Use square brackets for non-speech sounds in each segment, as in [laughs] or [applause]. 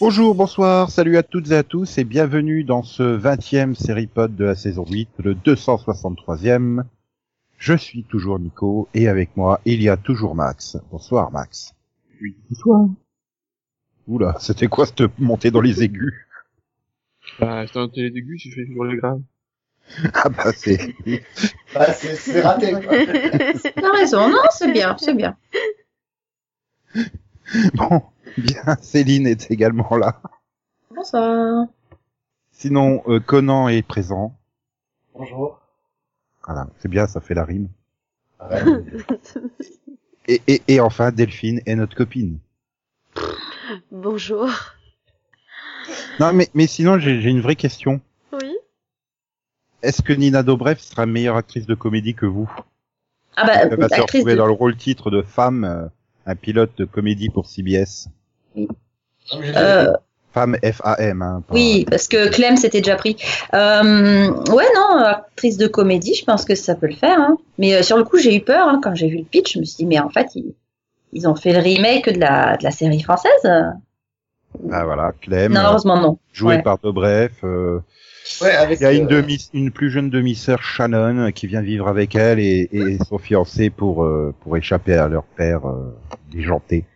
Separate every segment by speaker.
Speaker 1: Bonjour, bonsoir, salut à toutes et à tous et bienvenue dans ce 20e série pod de la saison 8, le 263e. Je suis toujours Nico et avec moi, il y a toujours Max. Bonsoir Max.
Speaker 2: Oui, bonsoir.
Speaker 1: Oula, c'était quoi cette montée dans les aigus [laughs]
Speaker 2: Bah, c'est un télé aigu, j'ai fait toujours le grave.
Speaker 1: Ah bah c'est...
Speaker 3: Ah, c'est- c'est raté. quoi.
Speaker 4: T'as raison, non, c'est bien, c'est bien.
Speaker 1: Bon, bien, Céline est également là.
Speaker 4: Bonsoir.
Speaker 1: Sinon, euh, Conan est présent.
Speaker 3: Bonjour. Ah
Speaker 1: Voilà, c'est bien, ça fait la rime.
Speaker 3: Ouais.
Speaker 4: [laughs]
Speaker 1: Et, et, et enfin, Delphine est notre copine.
Speaker 5: Bonjour.
Speaker 1: Non mais, mais sinon, j'ai j'ai une vraie question.
Speaker 5: Oui.
Speaker 1: Est-ce que Nina Dobrev sera meilleure actrice de comédie que vous
Speaker 4: Ah bah,
Speaker 1: Elle va se
Speaker 4: actrice
Speaker 1: retrouver
Speaker 4: de...
Speaker 1: dans le rôle titre de femme, euh, un pilote de comédie pour CBS.
Speaker 3: Non, mais j'ai-
Speaker 4: euh,
Speaker 1: Femme F-A-M. Hein, pas-
Speaker 4: oui, parce que Clem s'était déjà pris. Euh, ouais, non, actrice de comédie, je pense que ça peut le faire. hein. Mais euh, sur le coup, j'ai eu peur hein, quand j'ai vu le pitch. Je me suis dit, mais en fait, ils, ils ont fait le remake de la, de la série française. euh.
Speaker 1: Ah voilà, Clem,
Speaker 4: non,
Speaker 1: euh,
Speaker 4: heureusement non.
Speaker 1: jouée
Speaker 4: ouais.
Speaker 1: par Dobrev. euh,
Speaker 3: ouais, avec,
Speaker 1: il y a une,
Speaker 3: euh,
Speaker 1: demi, une plus jeune demi-sœur, Shannon, euh, qui vient vivre avec elle et, et son fiancé pour, euh, pour échapper à leur père euh, déjanté.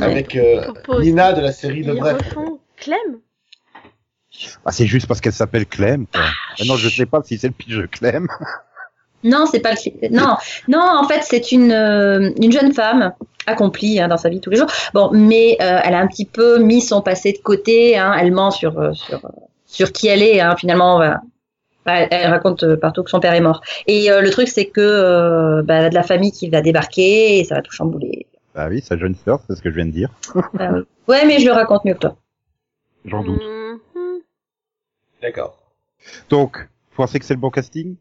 Speaker 3: Avec euh,
Speaker 5: propose-
Speaker 3: Nina de la série de
Speaker 5: Ils
Speaker 3: Bref.
Speaker 5: refont Clem
Speaker 1: Ah, c'est juste parce qu'elle s'appelle Clem. Quoi. Maintenant, je sais pas si c'est le pitch de Clem.
Speaker 4: Non, c'est pas le cli- non non en fait c'est une euh, une jeune femme accomplie hein, dans sa vie tous les jours. Bon mais euh, elle a un petit peu mis son passé de côté. Hein, elle ment sur euh, sur euh, sur qui elle est hein, finalement. Voilà. Bah, elle- elle raconte euh, partout que son père est mort. Et euh, le truc c'est que euh, bah, elle a de la famille qui va débarquer et ça va tout chambouler.
Speaker 1: Bah oui, sa jeune sœur, c'est ce que je viens de dire.
Speaker 4: Euh, ouais mais je le raconte mieux que toi.
Speaker 5: Mm.
Speaker 1: J'en doute.
Speaker 5: Mhm.
Speaker 3: D'accord.
Speaker 1: Donc, vous pensez que c'est le bon casting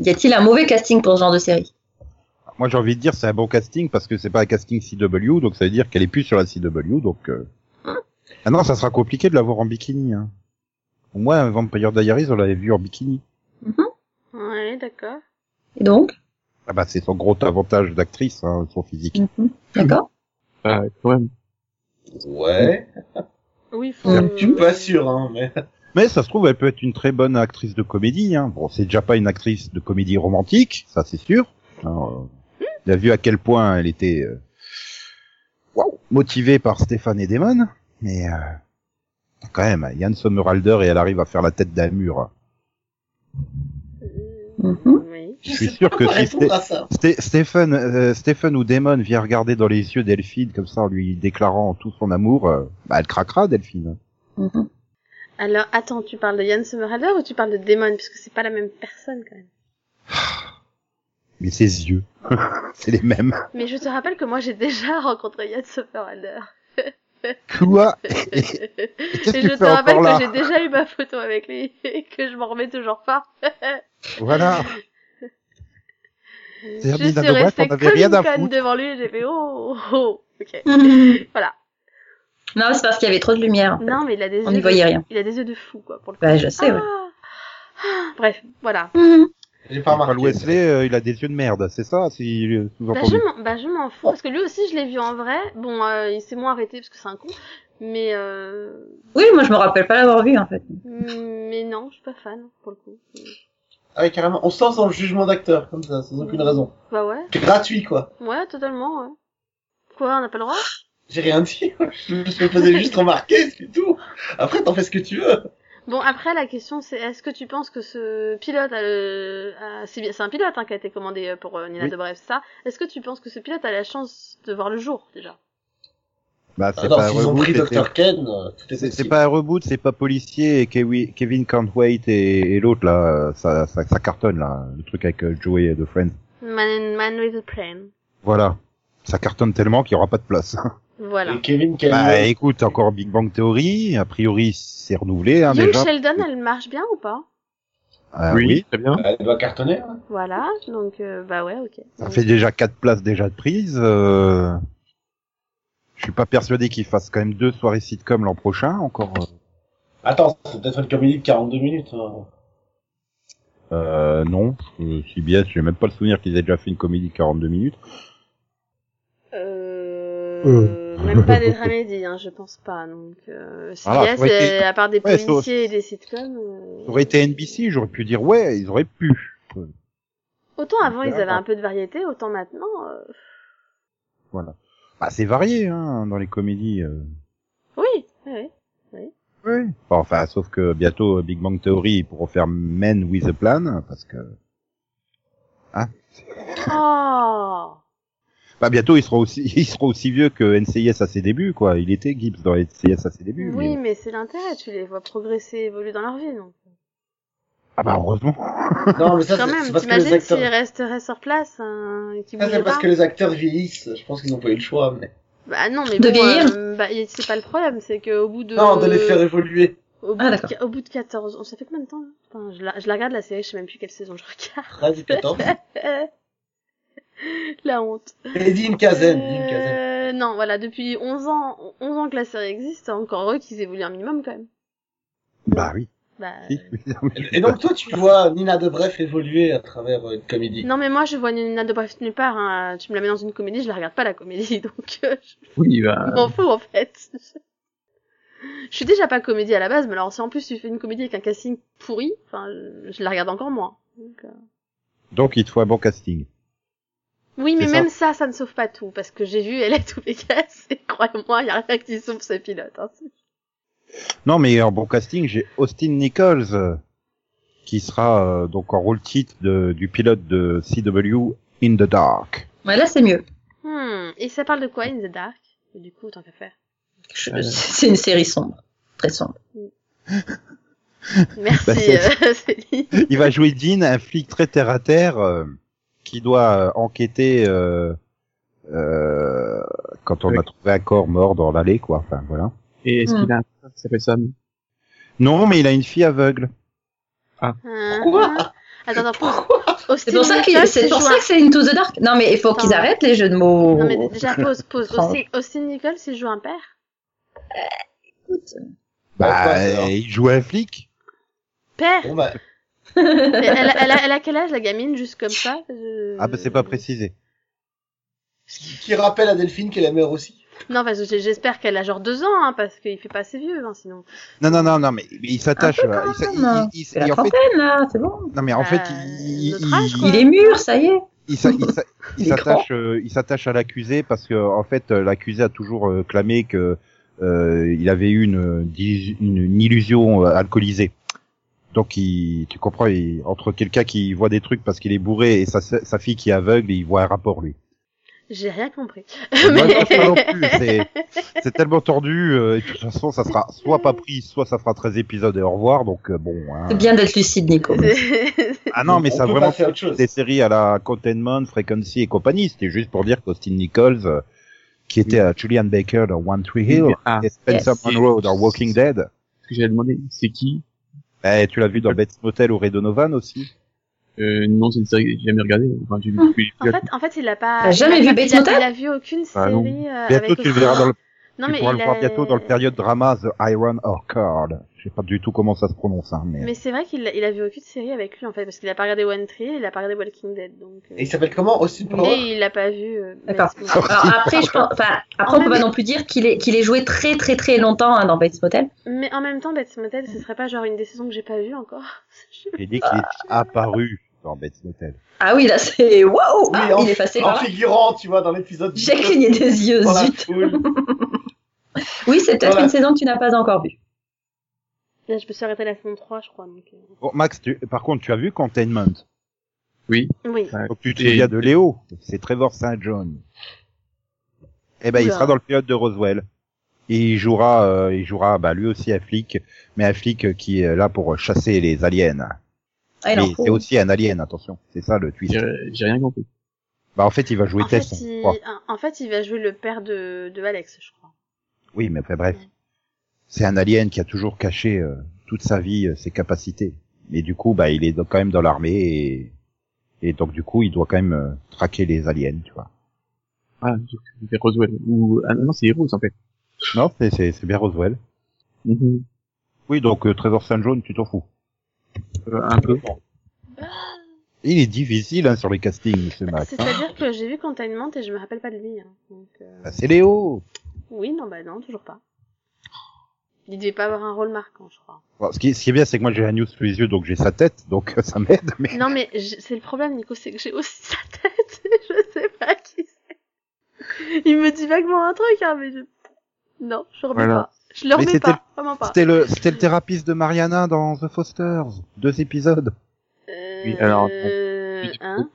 Speaker 4: Y a-t-il un mauvais casting pour ce genre de série
Speaker 1: Moi, j'ai envie de dire c'est un bon casting parce que c'est pas un casting CW, donc ça veut dire qu'elle est plus sur la CW, donc. euh, Ah non, ça sera compliqué de l'avoir en bikini. Hein. Au moins, un Vampire Diaries, on l'avait vu en bikini.
Speaker 5: Ouais, d'accord.
Speaker 4: Et donc
Speaker 1: Ah bah, c'est son gros avantage d'actrice, hein, son physique.
Speaker 4: Mhm. D'accord.
Speaker 2: Bah, quand même.
Speaker 3: Ouais.
Speaker 5: Oui, faut...
Speaker 4: Mhm.
Speaker 3: Je suis pas sûr, hein, mais.
Speaker 1: Mais ça se trouve, elle peut être une très bonne actrice de comédie. Hein. Bon, c'est déjà pas une actrice de comédie romantique, ça c'est sûr. Alors, euh, on a vu à quel point elle était euh, waouh, motivée par Stéphane et Damon, mais euh, quand même, Yann Sommerhalder et elle arrive à faire la tête d'un mur.
Speaker 4: Mhm.
Speaker 5: Mm-hmm. Oui.
Speaker 1: Je suis sûr que si
Speaker 3: répondre à ça.
Speaker 1: Sté- Stephen, euh, Stephen ou Damon vient regarder dans les yeux Delphine comme ça en lui déclarant tout son amour, euh, bah, elle craquera Delphine.
Speaker 4: Mhm.
Speaker 5: Alors, attends, tu parles de Yann Sommerhalder ou tu parles de Damon Parce que c'est pas la même personne, quand même.
Speaker 1: Mais ses yeux, [laughs] c'est les mêmes.
Speaker 5: Mais je te rappelle que moi, j'ai déjà [laughs] rencontré Yann Sommerhalder. [laughs]
Speaker 1: Quoi
Speaker 5: Et
Speaker 1: Et-
Speaker 5: je
Speaker 1: qu'est-ce que tu
Speaker 5: te
Speaker 1: fais
Speaker 5: rappelle
Speaker 1: encore là
Speaker 5: que j'ai déjà eu ma photo avec lui [laughs] et que je m'en remets toujours pas.
Speaker 1: Voilà.
Speaker 5: Je
Speaker 1: C'est-à-dire,
Speaker 5: suis
Speaker 1: Nina Dobrev,
Speaker 5: restée
Speaker 1: on avait
Speaker 5: comme
Speaker 1: rien à
Speaker 5: une conne
Speaker 1: foutre.
Speaker 5: devant lui et j'ai fait « Oh, oh, ok.
Speaker 4: Mm.
Speaker 5: Voilà.
Speaker 4: Non c'est parce qu'il y avait trop de lumière. en fait.
Speaker 5: Non, mais il a des
Speaker 4: On n'y
Speaker 5: yeux...
Speaker 4: voyait rien.
Speaker 5: Il a des yeux de fou, quoi, pour le coup.
Speaker 4: Bah je sais. Ouais.
Speaker 5: Mm-hmm. Ah. Ah. Bref, voilà.
Speaker 4: Mhm.
Speaker 3: J'ai pas
Speaker 1: Paul
Speaker 3: remarqué.
Speaker 1: Wesley, euh, il a des yeux de merde, c'est ça si, euh,
Speaker 5: Bah je,
Speaker 1: sous-entendu.
Speaker 5: m'en, bah, je m'en fous, parce que lui aussi, je l'ai vu en vrai. Bon, euh, il s'est moins arrêté parce que c'est un con. Mais, euh,
Speaker 4: Oui, moi je me rappelle pas l'avoir vu en fait.
Speaker 5: mais non, je suis pas fan, pour le coup.
Speaker 3: Ah ouais, carrément. On sort sans le jugement d'acteur, comme ça, sans aucune raison.
Speaker 5: Bah ouais,
Speaker 3: Gratuit, quoi.
Speaker 5: ouais, totalement, ouais. Quoi, on n'a pas le droit
Speaker 3: J'ai rien dit. [laughs] quoi. Je me faisais juste remarquer, c'est tout. Après, t'en fais ce que tu veux.
Speaker 5: Bon, après, la question, c'est est-ce que tu penses que ce pilote a le... a- C'est bien- c'est un pilote hein, qui a été commandé euh, pour euh, Nina
Speaker 1: Oui.
Speaker 5: Dobrev, c'est ça. Est-ce que tu penses que ce pilote a la chance de voir le jour, déjà
Speaker 1: Bah,
Speaker 3: Ah
Speaker 1: c'est
Speaker 3: non,
Speaker 1: pas un
Speaker 3: s'ils ont
Speaker 1: reboot,
Speaker 3: pris
Speaker 1: c'était-
Speaker 3: Dr. Ken, euh, tout
Speaker 1: c'est-
Speaker 3: est
Speaker 1: c'est
Speaker 3: possible.
Speaker 1: pas un reboot, c'est pas policier et Kewi- Kevin Cantwait et, et l'autre là, euh, ça, ça, ça cartonne là, le truc avec euh, Joey de Friends.
Speaker 5: Man, man with a plan.
Speaker 1: Voilà. Ça cartonne tellement qu'il n'y aura pas de place.
Speaker 5: Voilà.
Speaker 3: Et Kevin euh, Ken.
Speaker 1: Bah écoute, encore Big Bang Theory, a priori c'est renouvelé hein,
Speaker 5: Young
Speaker 1: déjà.
Speaker 5: Sheldon, elle marche bien ou pas
Speaker 2: Bah
Speaker 1: Ah oui.
Speaker 2: très bien.
Speaker 3: Elle doit cartonner. hein.
Speaker 5: Voilà, donc euh, bah ouais, ok.
Speaker 1: ça fait déjà quatre places déjà de prise. Euh... Je suis pas persuadé qu'il fasse quand même deux soirées sitcom l'an prochain encore. euh. [laughs]
Speaker 3: Attends, c'est peut-être une comédie de 42 minutes. hein.
Speaker 1: Euh, non, euh, CBS, j'ai même pas le souvenir qu'ils aient déjà fait une comédie de 42 minutes.
Speaker 5: Euh...
Speaker 1: Euh.
Speaker 5: Même pas des dramédies, hein, je pense pas. Donc, euh, CBS,
Speaker 1: Ah, ça aurait été-
Speaker 5: euh, à part des
Speaker 1: Ouais, ça-
Speaker 5: policiers et des sitcoms. euh,
Speaker 1: Ça aurait été NBC, j'aurais pu dire ouais, ils auraient pu.
Speaker 5: Autant avant, ils
Speaker 1: D'accord.
Speaker 5: avaient un peu de variété, autant maintenant. euh,
Speaker 1: Bah, c'est varié, hein, dans les comédies. euh.
Speaker 5: Oui, oui, oui.
Speaker 1: Oui. Enfin, sauf que bientôt euh, Big Bang Theory ils pourront faire Men with a Plan, parce que
Speaker 5: Oh
Speaker 1: bah bientôt ils seront aussi [laughs] ils seront aussi vieux que NCIS à ses débuts, quoi. Il était Gibbs dans NCIS à ses débuts.
Speaker 5: Oui,
Speaker 1: mais-
Speaker 5: mais c'est l'intérêt, tu les vois progresser, évoluer dans leur vie, non
Speaker 1: Ah bah heureusement.
Speaker 3: Non, mais ça, c'est
Speaker 5: Quand
Speaker 3: c'est
Speaker 5: même,
Speaker 3: parce que les
Speaker 5: t'imagines
Speaker 3: acteurs.
Speaker 5: s'ils resteraient sur place, hein, et qu'ils
Speaker 3: Ça,
Speaker 5: bougeaient
Speaker 3: Ah, c'est parce
Speaker 5: pas
Speaker 3: que les acteurs vieillissent. Je pense qu'ils n'ont pas eu le choix. Mais...
Speaker 5: Bah non, mais
Speaker 4: De
Speaker 5: bon,
Speaker 4: vieillir
Speaker 5: euh, bah, y- c'est pas le problème, c'est qu'au bout de...
Speaker 3: Non, de les faire évoluer.
Speaker 5: Au bout,
Speaker 4: Ah,
Speaker 5: de
Speaker 4: d'accord.
Speaker 5: qu- au bout de 14 ans, ça fait combien de temps là Putain, je, la... je la regarde la série, je sais même plus quelle saison je regarde. [laughs]
Speaker 3: 13 ou 14.
Speaker 5: la honte.
Speaker 3: J'ai dit une quinzaine. Une quinzaine.
Speaker 5: Euh, non, voilà, depuis 11 ans, 11 ans que la série existe, c'est encore eux qu'ils évoluent un minimum quand même.
Speaker 1: Bah oui. [laughs]
Speaker 5: Bah,
Speaker 1: si.
Speaker 3: Et donc, toi, tu vois Nina Debref évoluer à travers euh, une comédie.
Speaker 5: Non mais moi je vois Nina de Bref nulle part, hein. tu me la mets dans une comédie, je la regarde pas la comédie, [laughs] donc euh,
Speaker 2: Oui, bah.
Speaker 5: je m'en fous en fait. [laughs] Je suis déjà pas comédie à la base, mais alors si en plus tu fais une comédie avec un casting pourri, enfin je je la regarde encore moins. Donc, euh,
Speaker 1: Donc il te faut un bon casting.
Speaker 5: Oui mais
Speaker 1: C'est
Speaker 5: même ça, ça ne sauve pas tout, parce que j'ai vu Elle est tout Vegas, et croyez-moi, y a rien qui sauve ce pilote. hein.
Speaker 1: Non, mais en bon casting, j'ai Austin Nichols, euh, qui sera euh, donc en rôle titre de- du pilote de CW In the Dark.
Speaker 3: [laughs]
Speaker 4: Ouais, là, c'est mieux.
Speaker 5: Hmm, et ça parle de quoi In the Dark Et Du coup, tant qu'à faire.
Speaker 4: Je-
Speaker 2: Euh.
Speaker 4: C'est une série sombre. Très sombre.
Speaker 5: Merci
Speaker 1: Bah, c'est-
Speaker 5: euh, [laughs] Céline.
Speaker 1: Il va jouer Dean, un flic très terre à terre, euh, qui doit euh, enquêter euh, euh, quand on a trouvé un corps mort dans l'allée, quoi. Enfin, voilà.
Speaker 2: Et est-ce
Speaker 4: Hmm.
Speaker 2: qu'il a un frère qui s'appelle Sam
Speaker 1: Non, mais il a une fille aveugle.
Speaker 5: Hein,
Speaker 3: Pourquoi
Speaker 5: hein. Attends, attends, pause.
Speaker 4: C'est pour ça
Speaker 5: Austin
Speaker 4: qu'il,
Speaker 5: Nichols,
Speaker 4: c'est
Speaker 5: il
Speaker 4: pour
Speaker 5: joue
Speaker 4: ça que c'est Into the Dark. Non, mais il faut qu'ils
Speaker 5: Attends.
Speaker 4: arrêtent les jeux de mots.
Speaker 1: Oh.
Speaker 5: Non mais déjà pause, pause.
Speaker 4: Tranche.
Speaker 5: Austin, Austin Nichols, il joue un père
Speaker 4: Écoute.
Speaker 1: Bah,
Speaker 3: Ouais, quoi, alors.
Speaker 1: il joue un flic.
Speaker 5: Père
Speaker 3: Bon, bah,
Speaker 5: Mais elle, a- elle, a, elle a quel âge la gamine, juste comme ça Je-
Speaker 1: Ah bah c'est pas précisé.
Speaker 3: ce qui qui rappelle à Delphine qu'elle est mère aussi.
Speaker 5: Non, parce que j'ai- j'espère qu'elle a genre deux ans, hein, parce qu'il fait pas assez vieux, hein, sinon.
Speaker 1: Non, non, non, non, mais il s'attache.
Speaker 4: Un peu
Speaker 1: euh,
Speaker 4: quand
Speaker 1: il s'a-
Speaker 4: même.
Speaker 1: il- il-
Speaker 4: C'est la
Speaker 1: il- en fait,
Speaker 4: trentaine, là. C'est bon.
Speaker 1: non mais en fait,
Speaker 5: Euh,
Speaker 1: il,
Speaker 5: notre âge,
Speaker 1: il-
Speaker 5: quoi.
Speaker 4: Il est mûr, ça y est.
Speaker 1: il s'a- il s'a- il
Speaker 4: Il est
Speaker 1: s'attache euh, il s'attache à l'accusé parce que en fait euh, l'accusé a toujours euh, clamé que euh, il avait eu une, dis- une, une illusion euh, alcoolisée. Donc il, tu comprends il- entre quelqu'un qui voit des trucs parce qu'il est bourré et sa, sa fille qui est aveugle, il voit un rapport lui.
Speaker 5: J'ai rien
Speaker 1: [laughs]
Speaker 5: compris.
Speaker 1: Moi,
Speaker 5: Mais-
Speaker 1: je pense pas non plus, c'est- C'est tellement tordu euh, et de toute façon ça sera soit pas pris, soit ça fera 13 épisodes et au revoir donc euh, bon. hein.
Speaker 4: C'est bien d'être lucide, Nico.
Speaker 1: Ah non mais
Speaker 3: On
Speaker 1: ça a
Speaker 3: peut
Speaker 1: vraiment
Speaker 3: passer à autre chose.
Speaker 1: des séries à la Containment, Frequency et compagnie. C'était juste pour dire qu'Austin Nichols, euh, qui était à Julian Baker dans One Tree Hill,
Speaker 2: Ah,
Speaker 1: et Spencer
Speaker 4: Yes.
Speaker 1: Monroe dans Walking Dead.
Speaker 2: ce que j'avais demandé, c'est qui
Speaker 1: Eh, tu l'as vu dans Bates Motel ou Ray Donovan aussi.
Speaker 2: euh, Non, c'est une série que j'ai jamais regardée. Enfin, j'ai vu tous les
Speaker 5: [laughs] en,
Speaker 2: pilotes.
Speaker 5: fait, en fait, il a pas.
Speaker 4: T'as jamais
Speaker 5: il a-
Speaker 4: vu Bates
Speaker 5: il a-
Speaker 4: Motel
Speaker 5: Il a vu aucune
Speaker 2: Ah, non.
Speaker 5: série. euh,
Speaker 1: Bientôt,
Speaker 5: avec
Speaker 1: tu le
Speaker 5: Austin-
Speaker 1: verras dans le,
Speaker 5: Non,
Speaker 1: tu
Speaker 5: mais
Speaker 1: pourras
Speaker 5: il
Speaker 1: le voir
Speaker 5: a-
Speaker 1: bientôt dans le période drama The Iron Orchard. Je sais pas du tout comment ça se prononce, hein, mais.
Speaker 5: Mais c'est vrai qu'il a, il a vu aucune série avec lui, en fait, parce qu'il a pas regardé One Tree, il a pas regardé Walking Dead, donc. euh,
Speaker 3: Et il s'appelle comment Austin Power
Speaker 5: Et il l'a pas vu. euh,
Speaker 4: D'accord.
Speaker 5: Bates Motel.
Speaker 4: Alors après, je pense, enfin, après, on peut pas
Speaker 5: même-
Speaker 4: non plus dire qu'il est, qu'il est joué très, très, très longtemps hein, dans Bates Motel.
Speaker 5: Mais en même temps, Bates Motel, ce serait pas genre une des saisons que j'ai pas vue encore.
Speaker 1: J'ai dit qu'il est apparu dans Bates Motel.
Speaker 4: Ah oui, là, c'est [laughs] waouh,
Speaker 3: Oui,
Speaker 4: Ah,
Speaker 3: en-
Speaker 4: il est passé
Speaker 3: En
Speaker 4: par là.
Speaker 3: figurant, tu vois, dans l'épisode.
Speaker 4: J'ai cligné des yeux,
Speaker 3: Dans la
Speaker 4: zut.
Speaker 3: foule.
Speaker 4: Oui, c'est peut-être
Speaker 3: Voilà.
Speaker 4: une saison que tu n'as pas encore vue.
Speaker 5: [laughs] Là, je me suis arrêtée à la saison 3, je crois. Donc... euh.
Speaker 1: Bon, Max, tu- par contre, tu as vu Containment.
Speaker 5: Oui.
Speaker 1: Donc tu te
Speaker 2: Et-
Speaker 1: souviens de Léo. C'est Trevor St. John. Eh ben, il
Speaker 5: Oula.
Speaker 1: sera dans le pilote de Roswell. Et il jouera, euh, il jouera, bah, lui aussi un flic, mais un flic qui est là pour chasser les aliens.
Speaker 4: Ah, il en
Speaker 1: Mais
Speaker 4: faut.
Speaker 5: oh.
Speaker 1: c'est aussi un alien, attention. C'est ça le twist.
Speaker 2: J'ai j'ai rien compris.
Speaker 1: Bah, en fait, il va jouer
Speaker 5: En fait,
Speaker 1: Tess. je
Speaker 5: il...
Speaker 1: crois.
Speaker 5: en fait, il va jouer le père de, de Alex, je crois.
Speaker 1: Oui, mais enfin, bref. C'est un alien qui a toujours caché euh, toute sa vie euh, ses capacités. Mais du coup, bah, il est donc quand même dans l'armée et... et donc du coup, il doit quand même euh, traquer les aliens, tu vois.
Speaker 2: Ah, j'ai j'ai fait Roswell. Ou... Ah non, c'est Heroes, en fait.
Speaker 1: Non, c'est- c'est c'est bien Roswell.
Speaker 2: Mhm.
Speaker 1: Oui, donc euh, Trésor Saint Jaune, tu t'en fous.
Speaker 2: Euh, un peu.
Speaker 5: Ah,
Speaker 1: Il est difficile hein, sur les castings,
Speaker 4: Ah,
Speaker 1: ce Max. hein.
Speaker 5: C'est-à-dire que j'ai vu Containment et je me rappelle pas de lui. hein. Donc, euh,
Speaker 1: Ah, c'est Léo.
Speaker 5: Oui, non, bah non, toujours pas. Il devait pas avoir un rôle marquant, je crois.
Speaker 1: Bon, ce, qui, ce qui est bien, c'est que moi j'ai la news sous les yeux, donc j'ai sa tête, donc [laughs] ça m'aide. Mais
Speaker 5: Non, mais j- c'est le problème, Nico, c'est que j'ai aussi sa tête [laughs] et je sais pas qui c'est. Il me dit vaguement un truc, hein, mais je... Non, je remets
Speaker 2: Voilà.
Speaker 5: pas. Je le
Speaker 1: Mais
Speaker 5: remets
Speaker 1: c'était-
Speaker 5: pas, vraiment pas.
Speaker 1: c'était le, c'était le thérapeute de Mariana dans The Fosters, deux épisodes.
Speaker 5: Euh...
Speaker 2: Oui, alors, bon.
Speaker 5: euh, Hein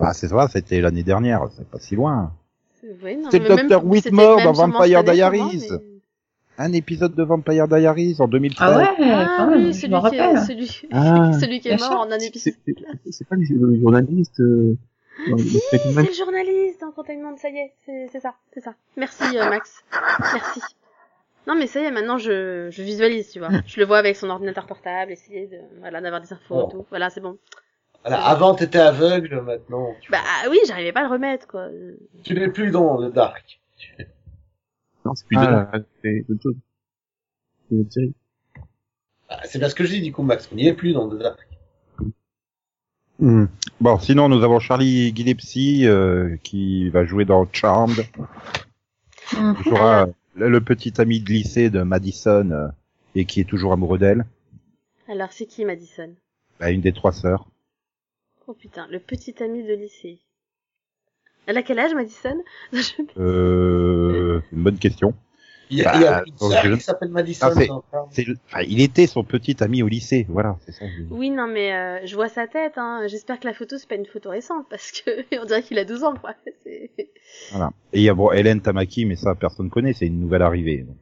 Speaker 1: Bah c'est ça, c'était l'année dernière, c'est pas si loin.
Speaker 5: Oui, non,
Speaker 1: C'était le
Speaker 5: mais même-
Speaker 1: Dr.
Speaker 5: c'était
Speaker 1: Whitmore
Speaker 5: même
Speaker 1: dans
Speaker 5: sûrement
Speaker 1: Vampire
Speaker 5: cette année pour moi,
Speaker 1: Diaries.
Speaker 5: mais-
Speaker 1: Un épisode de Vampire Diaries en 2013.
Speaker 4: Ah ouais,
Speaker 5: Ah
Speaker 4: quand même,
Speaker 5: oui,
Speaker 4: je
Speaker 5: celui
Speaker 4: m'en
Speaker 5: qui, est,
Speaker 4: rappelle.
Speaker 5: celui,
Speaker 2: Ah.
Speaker 5: [laughs] celui qui est
Speaker 4: Bien sûr.
Speaker 5: mort en un épisode.
Speaker 2: C'est c'est- c'est pas le, le journaliste. Euh, dans le
Speaker 5: C'est
Speaker 2: Spectrum
Speaker 5: le journaliste hein, en containment, ça y est, c'est c'est ça, c'est ça. Merci euh, Max, merci. Non mais ça y est, maintenant je, je visualise, tu vois. Je le vois avec son ordinateur portable, essayer de voilà d'avoir des infos et tout. Voilà, c'est bon.
Speaker 3: Voilà, avant, t'étais aveugle, maintenant. tu-
Speaker 5: Bah oui, j'arrivais pas à le remettre quoi. Euh,
Speaker 3: Tu n'es plus dans le dark.
Speaker 2: Non, c'est plus de là, c'est autre chose. C'est une autre série.
Speaker 3: Ah, c'est bien ce que je dis, du coup, Max. On n'y est plus dans le dark.
Speaker 1: Hmm. Bon, sinon nous avons Charlie Gillespie euh, qui va jouer dans Charmed.
Speaker 4: Hmm.
Speaker 1: Qui jouera, euh, le, le petit ami de lycée de Madison euh, et qui est toujours amoureux d'elle,
Speaker 5: Alors c'est qui Madison
Speaker 1: Bah, une des trois sœurs.
Speaker 5: Oh putain, le petit ami de lycée. Elle a quel âge Madison Je-
Speaker 1: Euh, c'est une bonne question.
Speaker 3: Il y a,
Speaker 1: Bah,
Speaker 3: il y a une
Speaker 1: donc
Speaker 3: sœur
Speaker 1: je-
Speaker 3: qui s'appelle Madison.
Speaker 1: Ah, c'est-
Speaker 3: dans le dark.
Speaker 1: C'est le- enfin, il était son petit ami au lycée, voilà. C'est ça, que je veux dire.
Speaker 5: Oui non mais euh, je vois sa tête. Hein. J'espère que la photo c'est pas une photo récente parce que [laughs] on dirait qu'il a 12 ans quoi. [laughs] C'est-
Speaker 1: Voilà. Et il y a bon, Hélène Tamaki, mais ça personne connaît, c'est une nouvelle arrivée. Donc,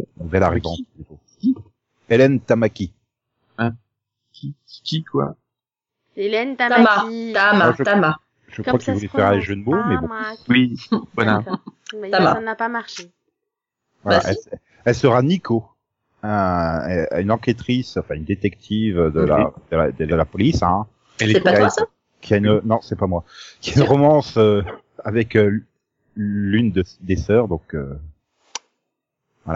Speaker 1: euh, nouvelle arrivante. plutôt. Hélène Tamaki.
Speaker 2: Qui, qui, qui, quoi
Speaker 5: Hélène
Speaker 4: Tama,
Speaker 5: Tamaki.
Speaker 4: Tama,
Speaker 1: Ah, je-
Speaker 4: Tama.
Speaker 1: Je crois qu'il voulait faire un jeu de mots, mais bon.
Speaker 2: Oui, voilà.
Speaker 5: Mais
Speaker 4: Ça va.
Speaker 5: ça n'a pas marché.
Speaker 1: voilà,
Speaker 4: Bah,
Speaker 1: elle, se- elle sera Nico, un- une enquêtrice, enfin une détective de, la, de, la, de la police, hein,
Speaker 2: Elle
Speaker 4: C'est pas
Speaker 1: Ouais.
Speaker 4: toi ça
Speaker 1: qui a une, non, c'est pas moi, qui a une romance euh, avec euh, l'une de- des sœurs, donc euh,
Speaker 4: Oui,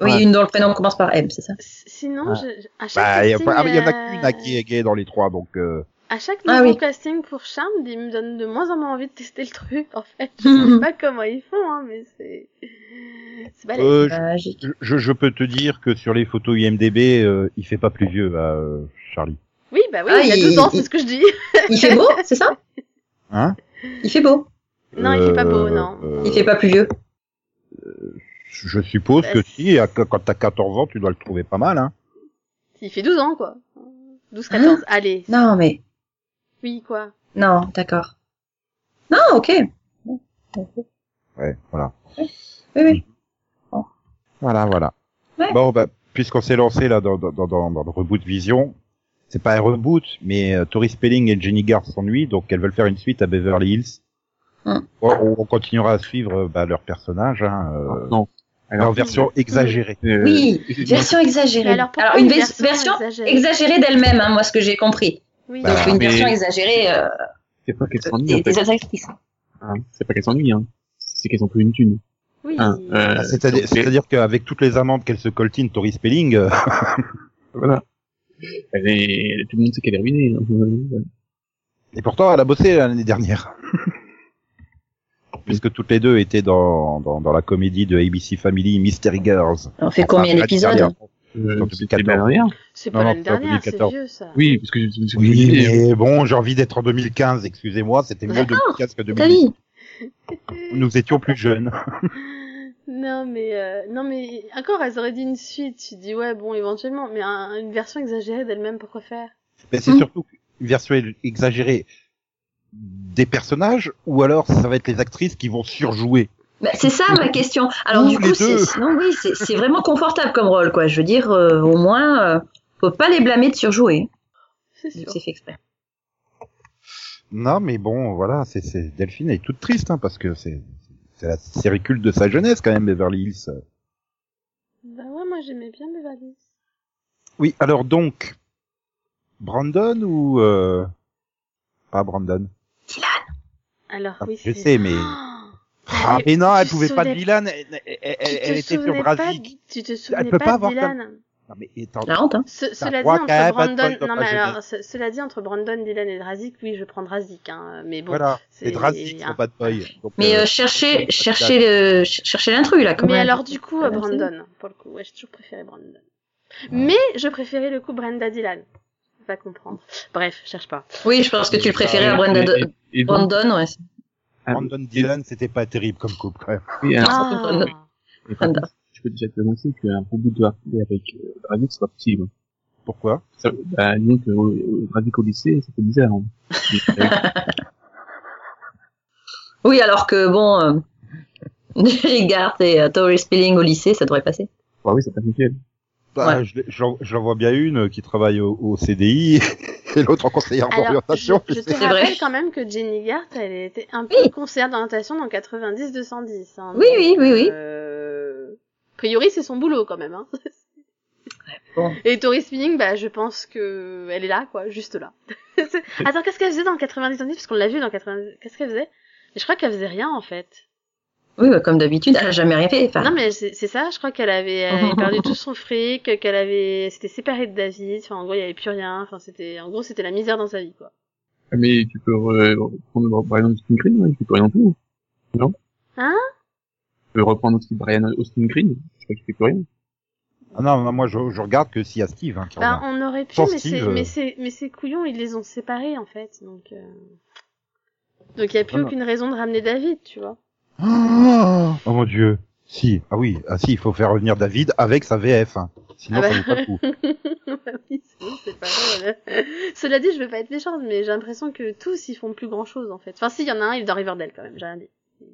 Speaker 2: Ouais.
Speaker 4: une dont le prénom commence par M, c'est ça
Speaker 5: S- Sinon,
Speaker 2: Ah.
Speaker 5: je- je- à chaque
Speaker 1: bah, il y, a
Speaker 5: casting,
Speaker 1: pas- ah, mais il y en a
Speaker 5: euh,
Speaker 1: qu'une à qui est gay dans les trois, donc euh,
Speaker 5: à chaque
Speaker 4: Ah
Speaker 5: nouveau
Speaker 4: oui.
Speaker 5: casting pour Charmed, ils me donnent de moins en moins envie de tester le truc. En
Speaker 4: [laughs]
Speaker 5: fait, je sais pas comment ils font, hein, mais c'est c'est balèze.
Speaker 1: euh,
Speaker 4: Magique.
Speaker 1: je, je, je peux te dire que sur les photos IMDb, euh, il fait pas plus vieux, euh, Charlie.
Speaker 5: Oui, bah oui,
Speaker 4: Ah,
Speaker 5: il a
Speaker 4: il-
Speaker 5: 12 ans,
Speaker 4: il-
Speaker 5: c'est ce que je dis.
Speaker 1: Euh,
Speaker 4: Il fait beau, c'est ça
Speaker 1: Hein
Speaker 4: Il fait beau.
Speaker 5: Non, il fait pas beau, non.
Speaker 1: euh,
Speaker 4: Il fait pas plus vieux.
Speaker 1: Je suppose
Speaker 5: Bah,
Speaker 1: que si, à- quand t'as 14 ans, tu dois le trouver pas mal, hein.
Speaker 5: Il fait 12 ans, quoi. 12, 14, allez.
Speaker 4: Hein Non, mais
Speaker 5: Oui, quoi.
Speaker 4: non, d'accord. Non, ok.
Speaker 1: Ouais, voilà.
Speaker 4: Oui, oui.
Speaker 1: Voilà, voilà.
Speaker 4: Ouais.
Speaker 1: Bon, bah, puisqu'on s'est lancé là dans, dans, dans, dans le reboot Vision, c'est pas un reboot, mais euh, Tori Spelling et Jenny Garth s'ennuient, donc elles veulent faire une suite à Beverly Hills.
Speaker 4: Hum.
Speaker 1: On, on- on continuera à suivre euh, bah, leur personnage, hein, euh,
Speaker 2: Non.
Speaker 1: mais en
Speaker 2: Alors,
Speaker 1: version exagérée.
Speaker 2: euh,
Speaker 4: Oui,
Speaker 2: effectivement,
Speaker 4: version
Speaker 5: Mais
Speaker 4: exagérée.
Speaker 5: alors pourquoi
Speaker 4: une,
Speaker 5: une
Speaker 4: vers-
Speaker 5: version
Speaker 4: version
Speaker 5: exagérée
Speaker 4: exagérée d'elle-même, hein, moi ce que j'ai compris.
Speaker 5: Oui.
Speaker 1: Bah,
Speaker 4: Donc une
Speaker 2: mais-
Speaker 4: version exagérée euh,
Speaker 2: C'est pas qu'elle s'ennuie,
Speaker 4: des,
Speaker 2: en fait.
Speaker 4: des autres actrices.
Speaker 2: hein. C'est pas qu'elle s'ennuie, hein. C'est qu'elles ont plus une thune.
Speaker 5: oui.
Speaker 2: Hein, euh,
Speaker 1: Ah, C'est-à-dire
Speaker 2: donc,
Speaker 1: c'est-à-dire qu'avec toutes les amendes qu'elle se coltine, Tori Spelling, euh,
Speaker 2: Voilà. Elle est... Tout le monde sait qu'elle est ruinée. hein. Euh,
Speaker 1: et pourtant elle a bossé euh, l'année
Speaker 2: [laughs]
Speaker 1: dernière. Puisque toutes les deux étaient dans, dans, dans la comédie de ABC Family Mystery Girls.
Speaker 4: On
Speaker 1: Enfin,
Speaker 4: fait combien
Speaker 1: l'année
Speaker 4: d'épisodes
Speaker 1: dernière.
Speaker 2: euh,
Speaker 1: En
Speaker 2: C'était
Speaker 1: 2014.
Speaker 2: la dernière
Speaker 5: C'est
Speaker 1: non,
Speaker 5: pas l'année
Speaker 1: c'est en
Speaker 5: dernière, c'est
Speaker 1: 2014.
Speaker 5: vieux, ça.
Speaker 2: Oui, parce que je me suis
Speaker 1: Oui,
Speaker 2: dit, euh,
Speaker 1: mais bon, j'ai envie d'être en 2015, excusez-moi, c'était mieux
Speaker 4: D'accord,
Speaker 1: 2015 que
Speaker 4: T'as
Speaker 1: 2010.
Speaker 4: dit
Speaker 1: Nous étions plus jeunes.
Speaker 5: Non mais euh, non mais encore elles auraient dit une suite, tu te dis ouais bon éventuellement mais un- une version exagérée d'elle-même pourquoi faire
Speaker 1: Mais c'est
Speaker 4: Mm.
Speaker 1: surtout une version exagérée des personnages, ou alors ça va être les actrices qui vont surjouer.
Speaker 4: Bah, C'est ça ma question. Alors
Speaker 1: Ou
Speaker 4: du
Speaker 1: les
Speaker 4: coup, c'est
Speaker 1: deux.
Speaker 4: sinon oui, c'est- c'est vraiment confortable comme rôle, quoi. Je veux dire, euh, au moins, euh, faut pas les blâmer de surjouer.
Speaker 5: C'est
Speaker 4: vu
Speaker 5: sûr.
Speaker 4: que C'est fait exprès.
Speaker 1: Non, mais bon, voilà, c'est, c'est- Delphine est toute triste, hein, parce que c'est, c'est la série culte de sa jeunesse quand même, Beverly Hills.
Speaker 5: Bah ouais moi j'aimais bien mes valises.
Speaker 1: Oui, alors donc, Brandon ou... Euh... Pas Brandon.
Speaker 5: Alors
Speaker 1: Ah,
Speaker 5: oui
Speaker 1: je
Speaker 5: c'est-
Speaker 1: sais, mais-
Speaker 5: Oh
Speaker 1: Ah,
Speaker 5: tu-
Speaker 1: mais non,
Speaker 5: tu
Speaker 1: elle pouvait pas de
Speaker 5: souvenais-
Speaker 1: Dylan, elle, elle-
Speaker 5: tu
Speaker 1: elle-
Speaker 5: te
Speaker 1: elle était sur
Speaker 5: souvenais pas
Speaker 1: Brasic.
Speaker 5: de- Tu te souvenais
Speaker 1: peut
Speaker 5: pas,
Speaker 1: pas
Speaker 5: de
Speaker 1: avoir
Speaker 5: Dylan
Speaker 1: Non, mais étant...
Speaker 4: La honte, hein.
Speaker 5: Ce-
Speaker 1: Ça
Speaker 5: cela dit,
Speaker 1: croit quand
Speaker 5: entre
Speaker 1: même pas de
Speaker 5: Brandon,
Speaker 1: poil dans
Speaker 5: non
Speaker 1: ma
Speaker 5: mais
Speaker 1: jeunesse.
Speaker 5: alors, ce- cela dit, entre Brandon, Dylan et Drazik, oui, je prends Drazik, hein, mais bon.
Speaker 1: Voilà,
Speaker 5: c'est-
Speaker 1: c'est drastique,
Speaker 5: ah.
Speaker 1: c'est pas de boy. Donc,
Speaker 4: Mais
Speaker 1: euh,
Speaker 4: euh, cherchez,
Speaker 1: pas de
Speaker 4: cherchez le, ch- cherchez l'intrus là. quand
Speaker 5: Mais
Speaker 4: même.
Speaker 5: alors, du coup,
Speaker 4: Ah,
Speaker 5: euh,
Speaker 4: merci.
Speaker 5: Brandon, pour le coup, ouais, j'ai toujours préféré Brandon.
Speaker 1: Ah.
Speaker 5: Mais je préférais le coup Brenda Dylan. Va comprendre. Bref, cherche pas.
Speaker 4: Oui, je pense que tu le préférais à
Speaker 2: Et-
Speaker 4: Brandon.
Speaker 2: et- et donc,
Speaker 4: Brandon, ouais.
Speaker 2: ah,
Speaker 1: Brandon Dillon, c'était pas terrible comme couple, quand même.
Speaker 2: oui,
Speaker 5: [laughs]
Speaker 2: alors,
Speaker 5: Ah,
Speaker 2: et par contre, je peux déjà te hein, annoncer qu'un reboot de Hartley avec euh, Drazik, c'est pas possible.
Speaker 1: Pourquoi
Speaker 2: Ça, bah, disons que euh, Drazik au lycée, c'était bizarre. hein. Avec-
Speaker 4: Oui, alors que bon, euh, [laughs] Rigard et euh, Tori Spelling au lycée, ça devrait passer.
Speaker 2: bah oui, ça t'a nickel.
Speaker 1: bah, Je l'ai- j'en j'en vois bien une qui travaille au, au CDI [laughs] et l'autre en conseillère
Speaker 5: Alors, je,
Speaker 1: d'orientation.
Speaker 5: je te
Speaker 1: C'est-
Speaker 4: vrai.
Speaker 5: rappelle quand même que Jenny Gart, elle était un peu
Speaker 4: Oui.
Speaker 5: conseillère d'orientation dans 90-210. Hein,
Speaker 4: Oui, oui, oui, oui.
Speaker 5: Euh... A priori, c'est son boulot quand même. Hein.
Speaker 4: Bon.
Speaker 5: Et Tori Spinning, bah, je pense que elle est là, quoi, juste là. [laughs] C'est- Attends, qu'est-ce qu'elle faisait dans 90-110 Parce qu'on l'a vu dans 90... Qu'est-ce qu'elle faisait Mais je crois qu'elle faisait rien, en fait.
Speaker 4: Oui, bah, comme d'habitude, elle a jamais rien fait. Enfin,
Speaker 5: Non, mais c'est c'est ça, je crois qu'elle avait, elle avait perdu tout son fric, qu'elle avait... s'était séparée de David, enfin, en gros, il y avait plus rien. Enfin, c'était... En gros, c'était la misère dans sa vie, quoi.
Speaker 2: Mais tu peux euh, reprendre Brian Austin Green, ouais, tu peux rien tout. Non
Speaker 5: Hein
Speaker 2: Tu peux reprendre aussi Brian Austin Green, je crois qu'il fait plus rien.
Speaker 1: Ah non, non, moi je, je regarde que s'il y a Steve hein, qui
Speaker 4: Ben,
Speaker 5: Bah,
Speaker 1: revient.
Speaker 5: on aurait pu,
Speaker 1: Sans
Speaker 5: mais
Speaker 1: Steve,
Speaker 5: c'est,
Speaker 1: euh.
Speaker 5: mais c'est, mais ces couillons, ils les ont séparés, en fait, donc, euh... Donc, il n'y a plus
Speaker 1: Voilà.
Speaker 5: aucune raison de ramener David, tu vois. [laughs]
Speaker 1: Oh mon dieu. Si, ah oui, ah si, il faut faire revenir David avec sa VF. hein. Sinon,
Speaker 5: Ah bah.
Speaker 1: ça n'est pas
Speaker 4: [laughs]
Speaker 1: le coup.
Speaker 5: Bah oui, sinon, c'est pas drôle. [laughs] Cela dit, je veux pas être méchante, mais j'ai l'impression que tous, ils font plus grand chose, en fait. Enfin, si, il y en a un, il est dans Riverdale, quand même, j'ai rien dit. [laughs]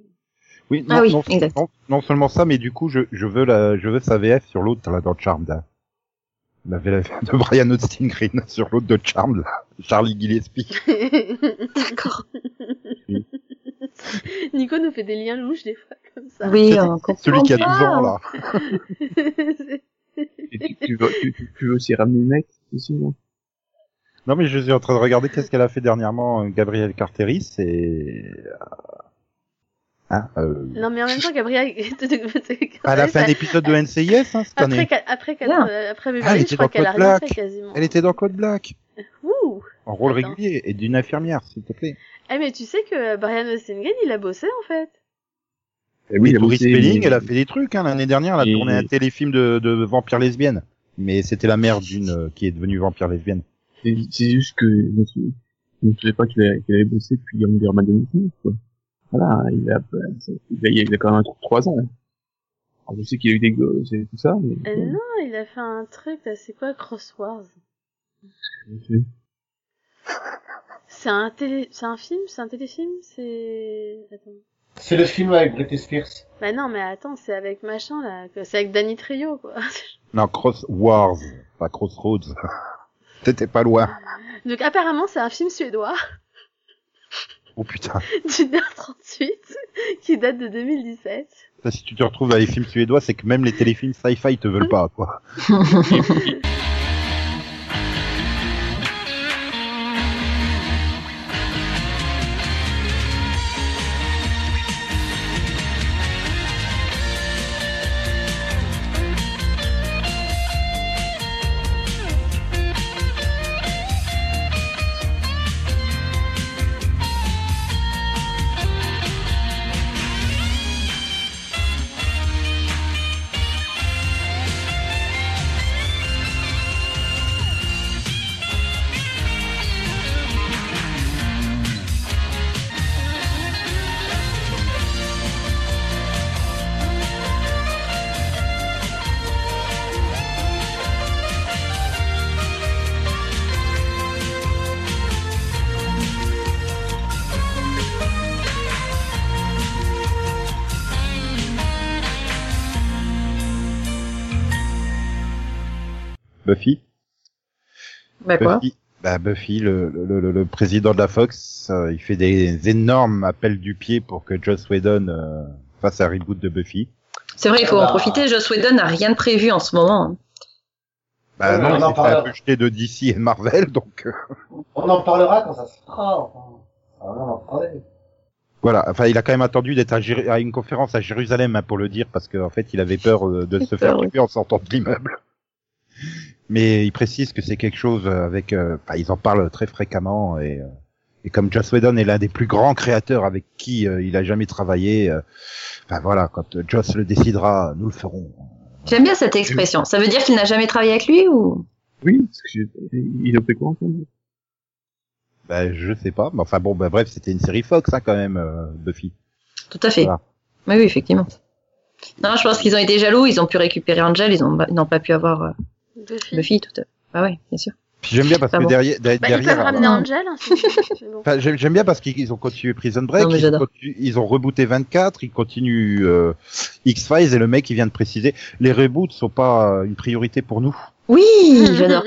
Speaker 1: Oui,
Speaker 4: Ah
Speaker 1: non,
Speaker 4: oui,
Speaker 1: non,
Speaker 4: exact.
Speaker 1: non, non seulement ça, mais du coup, je, je veux la, je veux sa VF sur l'autre là dans Charmed. Là. La VF de Brian Austin Green [laughs] sur l'autre de Charmed, là. Charlie Gillespie.
Speaker 5: Ah,
Speaker 4: d'accord.
Speaker 5: Nico nous fait des liens louches, des fois, comme
Speaker 4: [laughs]
Speaker 5: ça.
Speaker 4: Oui,
Speaker 1: Celui- [laughs]
Speaker 4: on comprend
Speaker 1: Celui qui a 12
Speaker 4: pas.
Speaker 1: ans là.
Speaker 5: C'est-
Speaker 2: Et tu, tu, veux, tu, tu- tu veux aussi ramener Nate aussi, non
Speaker 1: Non mais je suis en train de regarder qu'est-ce qu'elle a fait dernièrement, euh, Gabrielle Carteris et. euh, Hein, euh...
Speaker 5: [laughs] non, mais en même temps, Gabriel, [laughs]
Speaker 4: Ah,
Speaker 1: Elle a fait un épisode de NCIS hein, cette
Speaker 5: après,
Speaker 1: année.
Speaker 5: qu'a- après, qu'a-
Speaker 4: Bien.
Speaker 5: euh, après
Speaker 1: Ah,
Speaker 5: Beverly,
Speaker 1: elle
Speaker 5: je
Speaker 1: était
Speaker 5: crois
Speaker 1: dans
Speaker 5: qu'elle a
Speaker 1: Code
Speaker 5: rien fait
Speaker 1: Black.
Speaker 5: quasiment.
Speaker 1: Elle était dans Code Black
Speaker 5: Ouh.
Speaker 1: en rôle
Speaker 5: Attends.
Speaker 1: régulier et d'une infirmière, s'il te plaît.
Speaker 5: Eh mais tu sais que Brian Austin Green, il a bossé en fait.
Speaker 2: Eh
Speaker 1: Oui,
Speaker 2: il a
Speaker 1: Doris
Speaker 2: bossé,
Speaker 1: Spelling,
Speaker 2: mais-
Speaker 1: elle a fait des trucs hein, l'année dernière. Elle a
Speaker 2: Et-
Speaker 1: tourné un téléfilm de, de vampire lesbienne, mais c'était la mère d'une euh, qui est devenue vampire lesbienne.
Speaker 2: C'est c'est juste que je ne sou- je ne savais pas qu'il avait, qu'il avait bossé depuis Younger Madden Smith, quoi. Voilà, il a, il a, il a quand même un truc de 3 ans. hein. Alors, je sais qu'il a eu des gosses et tout ça, mais...
Speaker 5: Euh,
Speaker 1: Mmh.
Speaker 5: non, il a fait un truc, là, c'est quoi Cross Wars
Speaker 2: c'est-
Speaker 5: C'est un télé, c'est un film, c'est un téléfilm, c'est. Attends.
Speaker 3: C'est le film avec Britney Spears.
Speaker 5: Bah non, mais attends, c'est avec machin là, que- c'est avec Danny Trio quoi. [laughs]
Speaker 1: Non, Cross Wars, pas Crossroads. [laughs] T'étais pas loin.
Speaker 5: Donc apparemment c'est un film suédois [laughs]
Speaker 1: Oh putain.
Speaker 5: d'une heure 38 qui date de 2017.
Speaker 1: Ça, si tu te retrouves à les films suédois, c'est que même les téléfilms sci-fi te veulent pas, quoi. Buffy.
Speaker 4: Bah quoi
Speaker 1: Buffy. Bah Buffy, le, le, le, le président de la Fox, euh, il fait des énormes appels du pied pour que Joss Whedon euh, fasse un reboot de Buffy.
Speaker 4: C'est vrai, il faut
Speaker 3: Ah.
Speaker 4: en profiter. Joss Whedon n'a rien de prévu en ce moment.
Speaker 1: Bah
Speaker 3: Ouais,
Speaker 1: non,
Speaker 3: on
Speaker 1: il
Speaker 3: en
Speaker 1: s'est fait
Speaker 3: parlera.
Speaker 1: rejeter de DC et de Marvel, donc euh,
Speaker 3: On en parlera quand ça se fera. Enfin. Ça va, on en parler.
Speaker 1: voilà. Enfin, il a quand même attendu d'être à, Jér- à une conférence à Jérusalem hein, pour le dire, parce qu'en fait, il avait peur euh, de
Speaker 4: J'ai
Speaker 1: se
Speaker 4: peur,
Speaker 1: faire
Speaker 4: oui.
Speaker 1: tuer en sortant de l'immeuble. Mais ils précisent que c'est quelque chose avec. euh, enfin, ils en parlent très fréquemment et, euh, et comme Joss Whedon est l'un des plus grands créateurs avec qui euh, il a jamais travaillé, euh, enfin voilà, quand euh, Joss le décidera, nous le ferons.
Speaker 4: J'aime bien cette expression. Ça veut dire qu'il n'a jamais travaillé avec lui ou
Speaker 2: Oui, parce que j'ai- il a fait quoi ensemble
Speaker 1: Ben, je sais pas, mais enfin bon, ben, bref, c'était une série Fox hein, quand même, euh, Buffy.
Speaker 4: Tout à fait.
Speaker 1: Voilà.
Speaker 4: Oui, oui, effectivement. Non, je pense qu'ils ont été jaloux. Ils ont pu récupérer Angel. Ils ont- ils n'ont pas pu avoir euh,
Speaker 5: Buffy.
Speaker 4: Buffy. Tout à... Ah oui, bien sûr.
Speaker 1: Puis j'aime bien parce
Speaker 4: Ah
Speaker 1: que
Speaker 4: bon.
Speaker 1: derrière, de- Ah
Speaker 5: Bah, ils
Speaker 1: derrière,
Speaker 5: peuvent ramener
Speaker 4: euh,
Speaker 5: Angel. hein,
Speaker 1: [laughs]
Speaker 5: si tu veux, mais bon.
Speaker 1: Enfin, j'aime j'aime bien parce qu'ils ils ont continué Prison Break,
Speaker 4: Non,
Speaker 1: ils,
Speaker 4: mais
Speaker 1: ont
Speaker 4: j'adore.
Speaker 1: continu- ils ont rebooté 24, ils continuent euh, X-Files et le mec il vient de préciser les reboots sont pas euh, une priorité pour nous.
Speaker 4: Oui, [laughs]
Speaker 5: [laughs]
Speaker 4: j'adore.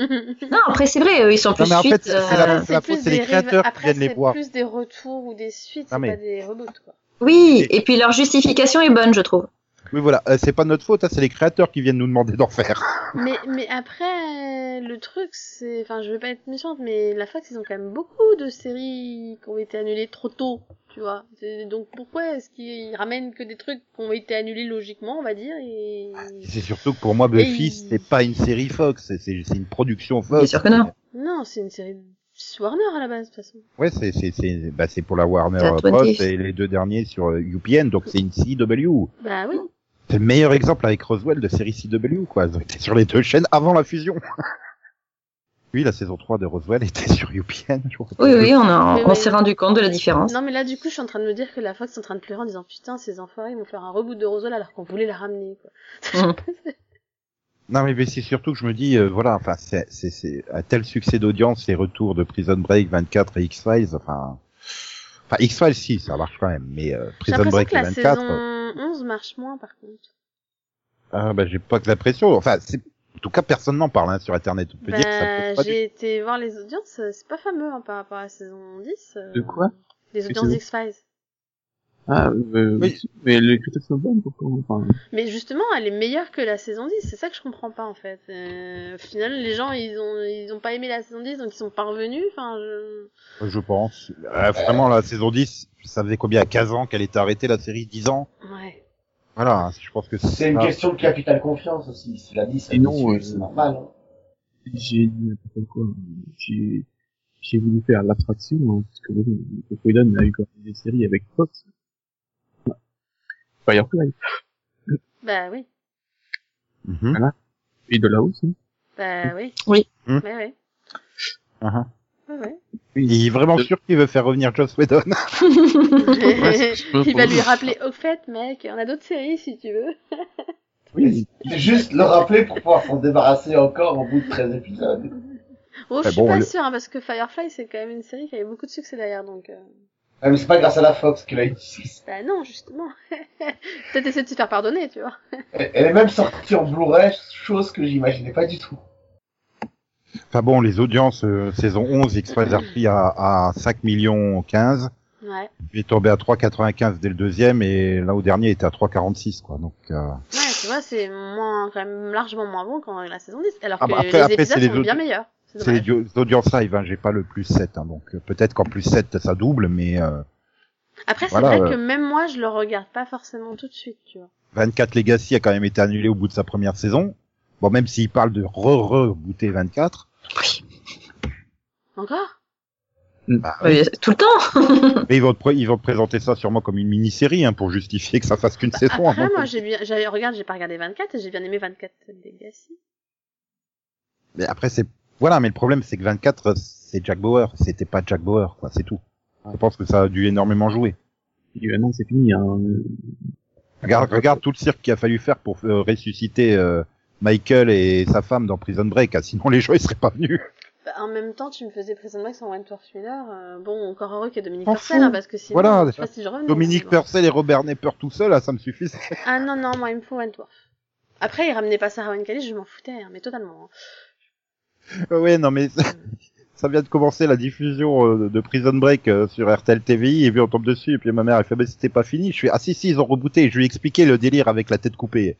Speaker 4: Non, après c'est vrai, eux, ils sont plus
Speaker 1: Non, mais en
Speaker 4: suite.
Speaker 1: fait, c'est la-
Speaker 4: euh,
Speaker 1: c'est la faute, c'est les
Speaker 5: Euh, des
Speaker 1: créateurs qui
Speaker 5: Après,
Speaker 1: viennent les
Speaker 5: c'est
Speaker 1: voir.
Speaker 5: plus des retours ou des suites, c'est
Speaker 1: Non, mais-
Speaker 5: pas des reboots. Quoi.
Speaker 4: Oui, et puis leur justification est bonne, je trouve.
Speaker 1: Oui voilà, euh, c'est pas notre faute, hein, c'est les créateurs qui viennent nous demander d'en faire.
Speaker 5: Mais, mais après, le truc, c'est. Enfin, je vais pas être méchante, mais la Fox, ils ont quand même beaucoup de séries qui ont été annulées trop tôt, tu vois. C'est- Donc pourquoi est-ce qu'ils ramènent que des trucs qui ont été annulés logiquement, on va dire, et.
Speaker 1: Ah, C'est surtout que pour moi Buffy
Speaker 5: Et-
Speaker 1: c'est pas une série Fox, c'est- c'est c'est une production Fox.
Speaker 4: Bien sûr que non.
Speaker 5: Non, c'est une série de Warner à la base, de toute façon.
Speaker 1: Ouais c'est c'est c'est bah, c'est pour la Warner
Speaker 4: La
Speaker 1: Bros
Speaker 4: 20th.
Speaker 1: et les deux derniers sur euh, UPN donc c'est une CW.
Speaker 5: Bah oui.
Speaker 1: C'est le meilleur exemple avec Roswell de série CW, quoi. Ils étaient sur les deux chaînes avant la fusion. [laughs] Oui, la saison 3 de Roswell était sur UPN, je crois.
Speaker 4: Oui, oui, on, a-
Speaker 5: Mais
Speaker 4: on
Speaker 5: oui.
Speaker 4: s'est rendu compte de la différence.
Speaker 5: Non, mais là, du coup, je suis en train de me dire que la Fox est en train de pleurer en disant Putain, ces enfoirés, ils vont faire un reboot de Roswell alors qu'on voulait la ramener, quoi.
Speaker 1: Non, mais, mais c'est surtout que je me dis, euh, voilà, enfin, c'est, c'est, c'est un tel succès d'audience, les retours de Prison Break 24 et X-Files, enfin, enfin, X-Files, si, ça marche quand même, mais euh,
Speaker 5: J'ai
Speaker 1: Prison
Speaker 5: l'impression
Speaker 1: Break
Speaker 5: que
Speaker 1: et
Speaker 5: la
Speaker 1: 24,
Speaker 5: saison
Speaker 1: euh,
Speaker 5: 11 marche moins, par contre.
Speaker 1: ah, bah, j'ai pas que la pression. Enfin, c'est, en tout cas, personne n'en parle hein, sur Internet. On peut dire que ça
Speaker 5: Bah,
Speaker 1: pose pas du-
Speaker 5: j'ai été voir les audiences, euh, c'est pas fameux hein, par rapport à la saison 10. euh,
Speaker 2: De quoi
Speaker 5: Les
Speaker 2: Quelle
Speaker 5: audiences
Speaker 2: saison
Speaker 5: d'X-Files.
Speaker 2: Ah, euh,
Speaker 1: Oui.
Speaker 2: mais les critiques sont bonnes, pourquoi enfin,
Speaker 5: Mais justement, elle est meilleure que la saison 10, c'est ça que je comprends pas en fait. Euh, au final, les gens, ils ont, ils ont pas aimé la saison 10, donc ils sont pas revenus. Enfin, je...
Speaker 1: Je pense. Euh, vraiment, la saison 10, ça faisait combien 15 ans qu'elle était arrêtée, la série 10 ans
Speaker 5: Ouais.
Speaker 1: Voilà, je pense que
Speaker 3: C'est une
Speaker 1: ça.
Speaker 3: question de capital confiance aussi. Si la 10,
Speaker 2: Et non, euh,
Speaker 3: c'est normal. hein.
Speaker 2: j'ai dit n'importe quoi. J'ai, j'ai voulu faire l'abstraction, hein, parce que bon, Jeff Whedon a eu quand même des séries avec Fox. Firefly,
Speaker 5: Bah oui,
Speaker 1: Mhm.
Speaker 2: et de là aussi.
Speaker 5: bah oui.
Speaker 4: Oui.
Speaker 1: Hmm.
Speaker 5: Ouais, ouais.
Speaker 1: Mhm.
Speaker 5: Ouais, ouais.
Speaker 1: Il est vraiment sûr qu'il veut faire revenir Joss Whedon. [laughs]
Speaker 5: [laughs] Il va lui rappeler au fait, mec, on a d'autres séries si tu veux.
Speaker 2: Oui,
Speaker 3: C'est juste le rappeler pour pouvoir s'en débarrasser encore au bout de 13 épisodes.
Speaker 5: Oh, je
Speaker 1: Bah
Speaker 5: suis
Speaker 1: bon,
Speaker 5: pas
Speaker 1: le-
Speaker 5: sûre hein, parce que Firefly c'est quand même une série qui avait beaucoup de succès derrière donc. euh,
Speaker 3: Ah, mais c'est pas grâce à la Fox qu'elle a eu 6.
Speaker 5: Bah non, justement. [laughs] Peut-être essayer de se faire pardonner, tu vois.
Speaker 3: Elle elle est même sortie en Blu-ray, chose que j'imaginais pas du tout.
Speaker 1: Enfin bon, les audiences, euh, saison 11, X-Files a repris à, à 5 millions 15.
Speaker 5: Ouais.
Speaker 1: Il est tombé à 3,95 dès le deuxième et là au dernier il était à 3,46 quoi. Donc euh,
Speaker 5: Ouais, tu vois, c'est moins, quand même largement moins bon qu'en la saison 10. Alors
Speaker 1: Ah
Speaker 5: que
Speaker 1: bah après-
Speaker 5: les
Speaker 1: après,
Speaker 5: épisodes
Speaker 1: c'est les
Speaker 5: sont bien
Speaker 1: autres-
Speaker 5: meilleurs. C'est
Speaker 1: c'est les
Speaker 5: dommage.
Speaker 1: dio- audiences live, hein, j'ai pas le plus 7 hein, donc euh, peut-être qu'en plus 7 ça double mais euh,
Speaker 5: Après, c'est
Speaker 1: Voilà,
Speaker 5: vrai
Speaker 1: euh.
Speaker 5: que même moi, je le regarde pas forcément tout de suite, tu vois.
Speaker 1: 24 Legacy a quand même été annulé au bout de sa première saison. Bon même s'il parle de re-re-booter 24,
Speaker 5: Encore
Speaker 3: [laughs]
Speaker 1: bah,
Speaker 4: Euh, Tout le temps.
Speaker 1: Mais ils vont, te pré- ils vont te présenter ça sûrement comme une mini-série hein, pour justifier que ça fasse qu'une saison.
Speaker 5: Après,
Speaker 1: hein.
Speaker 5: moi, j'ai bien, j'avais, regarde, j'ai pas regardé 24 et j'ai bien aimé 24 Legacy.
Speaker 1: Mais après, c'est voilà. Mais le problème, c'est que 24, c'est Jack Bauer. C'était pas Jack Bauer, quoi. C'est tout. Je pense que ça a dû énormément jouer.
Speaker 2: euh, non, c'est fini, hein.
Speaker 1: Regarde, regarde tout le cirque qu'il a fallu faire pour euh, ressusciter euh, Michael et sa femme dans Prison Break. hein. Sinon, les gens ils seraient pas venus.
Speaker 5: Bah, en même temps, tu me faisais Prison Break sans One Torch Miller. euh, bon, encore heureux qu'il y ait Dominique
Speaker 1: M'en
Speaker 5: Purcell,
Speaker 1: fous.
Speaker 5: hein, parce que sinon,
Speaker 1: Voilà,
Speaker 5: je sais pas si je revenais.
Speaker 1: Dominique
Speaker 5: sinon.
Speaker 1: Purcell et Robert Nepper tout seuls, ah, ça me suffit.
Speaker 5: Ah non, non, moi, il me faut Wentworth. Après, il ramenait pas Sarah Wankali, je m'en foutais, hein, mais totalement. hein.
Speaker 1: ouais, non mais. [laughs] Ça vient de commencer la diffusion euh, de Prison Break euh, sur RTL TVI et puis on tombe dessus et puis ma mère elle fait mais c'était pas fini je fais ah si si ils ont rebooté je lui ai expliqué le délire avec la tête coupée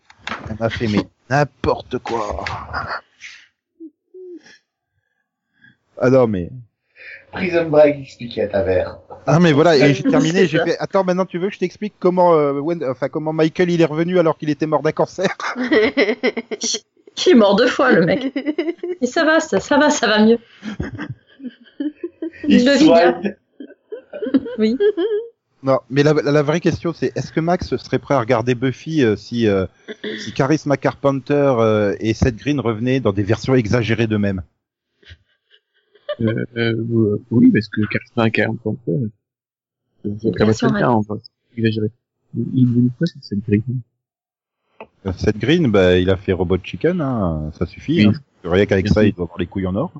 Speaker 1: elle m'a fait mais [laughs] n'importe quoi ah non mais
Speaker 3: Prison Break expliqué à ta mère.
Speaker 1: ah mais voilà et j'ai
Speaker 3: C'est
Speaker 1: terminé j'ai
Speaker 3: ça.
Speaker 1: fait attends maintenant tu veux que je t'explique comment euh, Wen- enfin comment Michael il est revenu alors qu'il était mort d'un cancer
Speaker 4: [laughs] Il est mort deux fois, le mec.
Speaker 5: [laughs]
Speaker 4: Mais ça va, ça, ça va, ça va mieux. Il le vit bien.
Speaker 3: soigne.
Speaker 4: Oui.
Speaker 1: Non, mais la, la, la vraie question c'est est-ce que Max serait prêt à regarder Buffy euh, si, euh, si Charisma Carpenter euh, et Seth Green revenaient dans des versions exagérées d'eux-mêmes
Speaker 2: Euh, euh, oui, parce que Carlson a 40 ans. euh, C'est
Speaker 4: Bien sûr,
Speaker 2: bien, on va exagérer. Il veut une fois, c'est cette grille.
Speaker 1: Euh, Seth Green, bah, il a fait Robot Chicken, hein, ça suffit.
Speaker 2: Oui.
Speaker 1: Hein. Rien qu'avec
Speaker 2: Merci.
Speaker 1: ça, il doit avoir les couilles en or.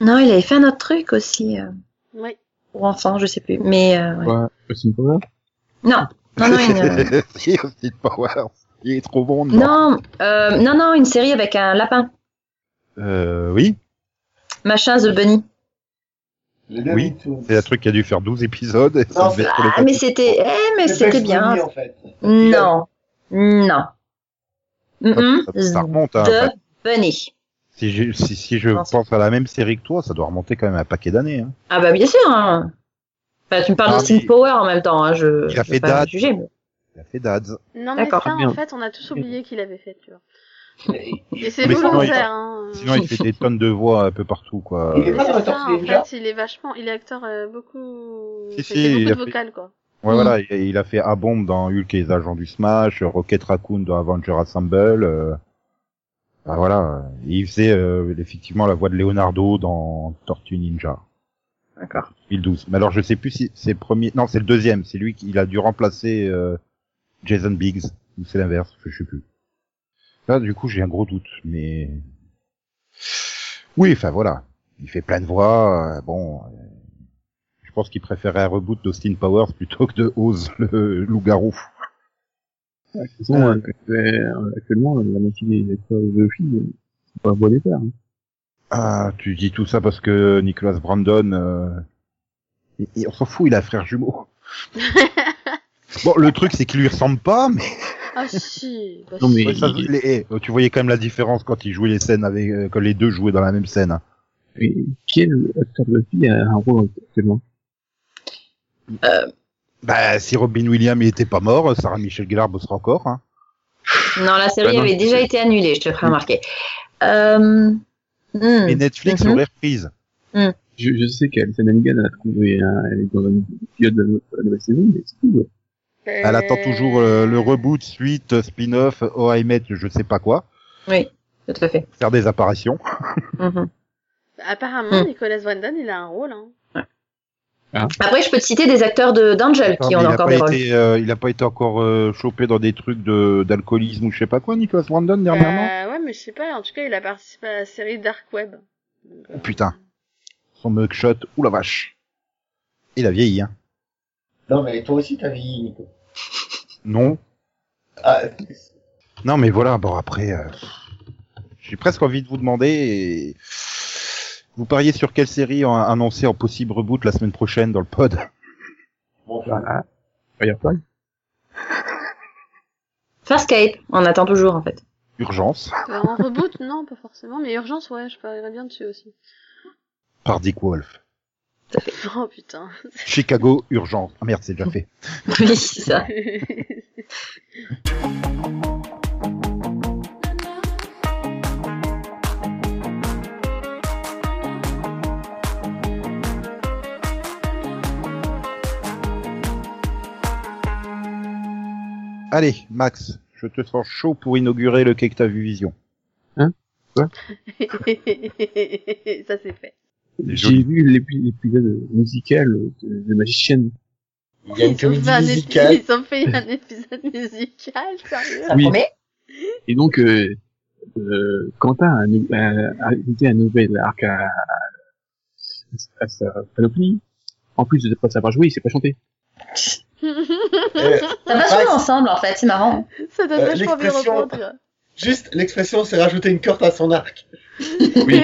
Speaker 4: Non, il avait fait un autre truc aussi, euh,
Speaker 5: Ouais.
Speaker 4: pour enfants, je sais plus. Mais, euh, ouais.
Speaker 2: Quoi C'est une première
Speaker 4: Non. Ah Non, non, une,
Speaker 1: [laughs] Si, Austin Powers, il est trop bon. non.
Speaker 4: non, euh, non, non, une série avec un lapin.
Speaker 1: Euh, oui,
Speaker 4: Machin, The Bunny.
Speaker 3: Les deux
Speaker 1: Oui,
Speaker 3: mythos.
Speaker 1: c'est un truc qui a dû faire 12 épisodes. et ça
Speaker 3: Non,
Speaker 1: devait
Speaker 3: c'est-
Speaker 1: être le
Speaker 4: Ah, mais c'était, eh, mais
Speaker 3: C'est
Speaker 4: c'était
Speaker 3: Bugs
Speaker 4: bien.
Speaker 3: Bunny, en fait. [laughs]
Speaker 4: Non. Non. Mm-mm.
Speaker 1: Ça, ça remonte, hein,
Speaker 4: The
Speaker 1: bah,
Speaker 4: Bunny.
Speaker 1: si, j'ai- si, si je
Speaker 4: Non, c'est-
Speaker 1: pense à la même série que toi, ça doit remonter quand même à un paquet d'années. Hein.
Speaker 4: Ah bah bien sûr. Hein. Enfin, tu me parles
Speaker 1: Ah,
Speaker 4: d'Austin
Speaker 1: mais-
Speaker 4: Power en même temps. Hein. Je,
Speaker 1: Il a
Speaker 4: je
Speaker 1: fait
Speaker 4: vais pas
Speaker 1: date.
Speaker 4: juger. mais-
Speaker 1: Il a fait Dads.
Speaker 5: Non, mais
Speaker 4: D'accord.
Speaker 5: ça, en
Speaker 2: Merde.
Speaker 5: fait, on a tous oublié qu'il avait fait, tu vois.
Speaker 3: Mais-
Speaker 5: Et c'est
Speaker 1: Mais sinon,
Speaker 5: volontaire, hein.
Speaker 1: Sinon, il fait des tonnes de voix un peu partout, quoi.
Speaker 3: Il est
Speaker 1: Euh,
Speaker 3: pas dans
Speaker 5: C'est
Speaker 3: les
Speaker 5: ça,
Speaker 3: Tortues
Speaker 5: en
Speaker 3: Ninja.
Speaker 5: fait, il est vachement, il est acteur euh, beaucoup,
Speaker 1: Si,
Speaker 5: il
Speaker 1: si,
Speaker 5: fait
Speaker 1: il
Speaker 5: beaucoup
Speaker 1: a
Speaker 5: de
Speaker 1: fait-
Speaker 5: vocales quoi.
Speaker 1: Ouais,
Speaker 4: Mm.
Speaker 1: voilà, il, il a fait A-Bomb dans Hulk et les Agents du Smash, euh, Rocket Raccoon dans Avenger Assemble. Euh... bah, voilà, euh, il faisait euh, effectivement la voix de Leonardo dans Tortue Ninja.
Speaker 4: D'accord.
Speaker 1: 2012. Mais alors, je sais plus si c'est le premier. Non, c'est le deuxième. C'est lui qui il a dû remplacer euh, Jason Biggs. Ou c'est l'inverse, je sais plus. Là, du coup, j'ai un gros doute, mais oui, enfin voilà, il fait plein de voix. euh, bon, euh, je pense qu'il préférait un reboot d'Austin Powers plutôt que de Oz le loup-garou.
Speaker 2: De toute façon, euh, euh, actuellement, la moitié des acteurs de filles, euh, c'est pas un bon état. hein.
Speaker 1: Ah, tu dis tout ça parce que Nicholas Brandon, euh, il- il- on s'en fout, il a un frère jumeau. [laughs] bon, le truc, c'est qu'il lui ressemble pas, mais
Speaker 5: Ah si, bah,
Speaker 2: Non,
Speaker 5: si.
Speaker 2: mais-
Speaker 1: Ouais, ça,
Speaker 2: il-
Speaker 1: les- eh, tu voyais quand même la différence quand ils jouaient les scènes avec, euh, quand les deux jouaient dans la même scène. hein.
Speaker 2: Mais quel acteur de filles a un rôle actuellement
Speaker 1: Bah, si Robin Williams il était pas mort, Sarah Michelle Gellar bossera encore. Hein.
Speaker 4: Non, la série
Speaker 2: Bah non,
Speaker 4: avait déjà
Speaker 2: c'est-
Speaker 4: été annulée, je te
Speaker 1: Mm.
Speaker 4: ferai remarquer. Euh... hmm.
Speaker 1: Et Netflix
Speaker 4: Mhm.
Speaker 1: aurait reprise.
Speaker 2: je, je sais qu'Alison Hannigan elle a trouvé, un- elle est dans un épisode de la nou- de la nouvelle saison, mais c'est tout.
Speaker 1: Elle attend toujours euh, le reboot, suite, euh, spin-off, oh I Met, je sais pas quoi,
Speaker 4: Tout à fait.
Speaker 1: faire des apparitions. Mm-hmm.
Speaker 4: Mhm.
Speaker 5: Apparemment,
Speaker 4: Hmm.
Speaker 5: Nicolas Windon, il a un rôle. Hein.
Speaker 4: Après, je peux te citer des acteurs de d'Angel
Speaker 1: Attends,
Speaker 4: qui
Speaker 1: mais
Speaker 4: ont
Speaker 1: il, a
Speaker 4: encore
Speaker 1: pas
Speaker 4: des rôles.
Speaker 1: été, euh, il a pas été encore euh, chopé dans des trucs de d'alcoolisme ou je sais pas quoi, Nicolas Brandon dernièrement.
Speaker 5: Bah, ouais, mais je sais pas. En tout cas, il a participé à la série Dark Web. Donc, euh,
Speaker 1: Oh, putain, son mugshot, ou la vache. Il a vieilli, hein.
Speaker 3: Non, mais toi aussi, t'as vieilli, Nico.
Speaker 1: Non,
Speaker 3: Ah,
Speaker 1: Non, mais voilà, bon, après, euh, j'ai presque envie de vous demander, et- vous pariez sur quelle série en- annoncée en possible reboot la semaine prochaine dans le pod [laughs]
Speaker 3: bon, enfin,
Speaker 2: Ah, Firefly
Speaker 4: Farscape, on attend toujours en fait. [laughs]
Speaker 1: Urgence,
Speaker 5: euh, en reboot, [laughs] non, pas forcément. Mais Urgence, ouais, je parlerai bien dessus aussi. [laughs]
Speaker 1: par Dick Wolf.
Speaker 5: Oh putain. [laughs]
Speaker 1: Chicago, Urgence. Ah merde, c'est déjà fait.
Speaker 4: Oui, c'est ça.
Speaker 1: Allez, Max, je te sens chaud pour inaugurer le Quai que t'as vu Vision.
Speaker 5: ça c'est fait.
Speaker 1: C'est
Speaker 2: J'ai
Speaker 1: joli.
Speaker 2: vu l'épi- l'épisode musical de, de Magicienne.
Speaker 3: il y a une
Speaker 5: Ils ont fait
Speaker 3: comédie
Speaker 5: un épi- [laughs]
Speaker 3: musicale.
Speaker 5: Ils ont fait un épisode musical, sérieux.
Speaker 4: Ça
Speaker 2: Oui.
Speaker 4: promet.
Speaker 2: Et donc, euh, euh, Quentin a, nou- a, a ajouté un nouvel arc à, à sa panoplie. En plus de ne pas savoir jouer, il sait pas chanter.
Speaker 3: Euh,
Speaker 4: Ça va souvent
Speaker 3: Max.
Speaker 4: ensemble en fait, c'est marrant.
Speaker 5: Ça donne
Speaker 3: Euh,
Speaker 5: vachement envie de
Speaker 3: l'expression-
Speaker 5: reprendre. tu vois.
Speaker 3: Juste, l'expression, c'est rajouter une corde à son arc.
Speaker 2: Oui,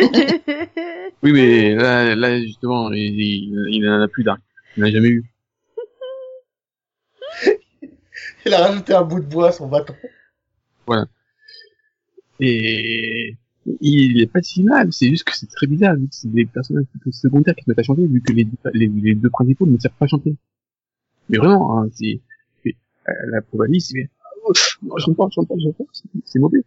Speaker 2: oui mais là, là justement, il, il, il en a plus d'arc. Il n'en a jamais eu.
Speaker 3: Il a rajouté un bout de bois à son bâton.
Speaker 2: Et il est pas si mal, c'est juste que c'est très bizarre, vu que c'est des personnages plutôt secondaires qui se mettent à chanter, vu que les, les, les deux principaux ne savent pas chanter. Mais vraiment, hein, c'est, c'est- euh, la probabilité, c'est, oh, non, je chante pas, je chante pas, je chante pas, c'est- c'est mauvais.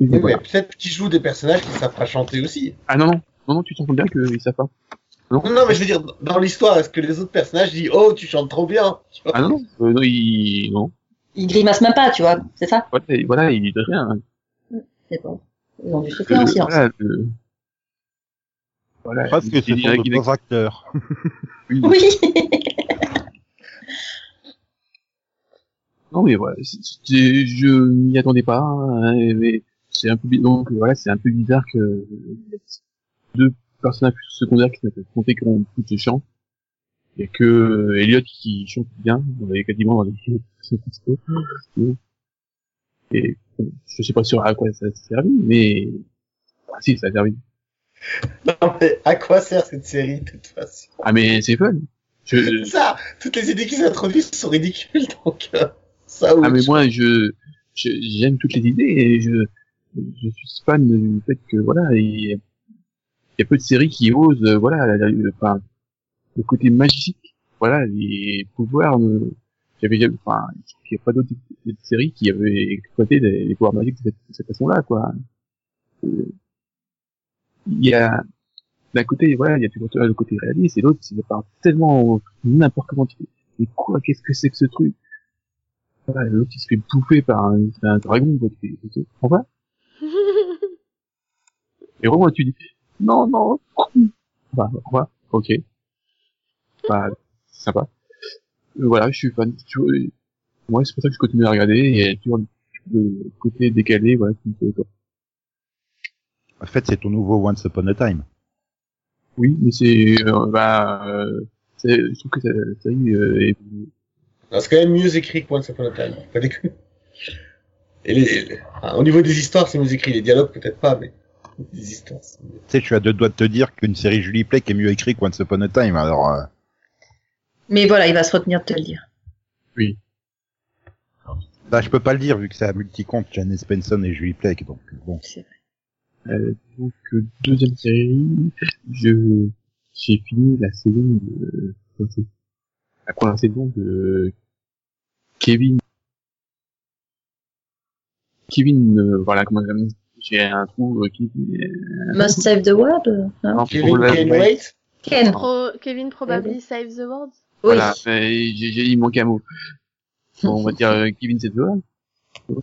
Speaker 2: Ils
Speaker 3: Oui,
Speaker 2: sont pas
Speaker 3: mais
Speaker 2: là.
Speaker 3: peut-être qu'ils jouent des personnages qui savent pas chanter aussi.
Speaker 2: Ah non, non, non, non, tu t'entends bien qu'ils savent pas.
Speaker 3: Non, non, mais je veux dire, dans l'histoire, est-ce que les autres personnages disent Oh, tu chantes trop bien Tu vois
Speaker 2: Ah non, non, euh, non, ils, non.
Speaker 4: Ils grimacent même pas, tu vois, c'est ça
Speaker 2: Voilà, et voilà, ils disent rien.
Speaker 4: C'est bon. Ils ont dû se
Speaker 2: Euh,
Speaker 4: faire en silence.
Speaker 2: Voilà, le- voilà,
Speaker 1: Parce que
Speaker 2: il-
Speaker 1: ce sont
Speaker 2: il- il-
Speaker 1: de
Speaker 2: il-
Speaker 1: bons acteurs.
Speaker 4: Oui
Speaker 2: Non, mais voilà, c'est- c'est- je m'y attendais pas, hein, mais c'est un peu, bi- donc euh, voilà, c'est un peu bizarre que deux personnages secondaires qui s'appellent compter qui ont plus de chant, et que euh, Elliot qui chante bien, on l'avait quasiment dans les personnages principaux. et bon, je sais pas sûr à quoi ça a servi, mais, ah, si, ça a servi.
Speaker 3: Non, mais à quoi sert cette série, de toute façon
Speaker 2: Ah, mais c'est fun! Je,
Speaker 3: C'est ça Toutes les idées qui s'introduisent sont ridicules, [laughs] donc. euh, ça, oui.
Speaker 2: Ah mais moi je je- j'aime toutes les idées et je je suis fan du fait que voilà il y a- il y a peu de séries qui osent euh, voilà la- la- le- enfin le côté magique voilà les pouvoirs euh, j'avais jamais- enfin il n'y a pas d'autres d'autres séries qui avaient exploité les, les pouvoirs magiques de cette, de cette façon là quoi Euh, il y a d'un côté voilà il y a toujours le côté réaliste et l'autre c'est part tellement n'importe comment tu fais mais quoi qu'est-ce que c'est que ce truc voilà, l'autre il se fait bouffer par un, un dragon, quoi, tu tu- tu comprends pas Et vraiment tu dis, non, non, bah, au revoir, ok. Bah, c'est sympa. Euh, Voilà, je suis fan. Tu vois, et- moi, c'est pour ça que je continue à regarder, et il y a toujours le côté décalé, voilà, qui me fait autant.
Speaker 1: En fait, c'est ton nouveau Once Upon a Time.
Speaker 2: Oui, mais c'est, euh, bah, euh, c'est- je trouve que ça, ça y est, euh, est-
Speaker 3: Non, C'est quand même mieux écrit que Once Upon a Time. Pas des coups. Et les- les- ah, au niveau des histoires, c'est mieux écrit. Les dialogues, peut-être pas, mais les histoires. c'est mieux.
Speaker 1: Tu sais, je suis à deux doigts de te dire qu'une série Julie Plec est mieux écrite qu'Once Upon a Time. Alors, euh,
Speaker 4: Mais voilà, il va se retenir de te le dire.
Speaker 1: là, bah, je peux pas le dire vu que c'est à multi-compte Janice Benson et Julie Plec. Donc, bon.
Speaker 2: Euh, donc euh, deuxième série, je j'ai fini la saison de enfin, c'est- la première saison de Kevin. Kevin, euh, voilà comment j'ai- j'ai un trou euh, qui
Speaker 4: Must save the world hein
Speaker 2: Non, pour
Speaker 3: Kevin
Speaker 2: la-
Speaker 3: Kane White
Speaker 4: Ken
Speaker 5: [laughs] Pro- Kevin probably save the world.
Speaker 4: Oui.
Speaker 2: Voilà, mais j'ai j'ai- il manque un mot. Bon, on va dire euh, Kevin cette fois.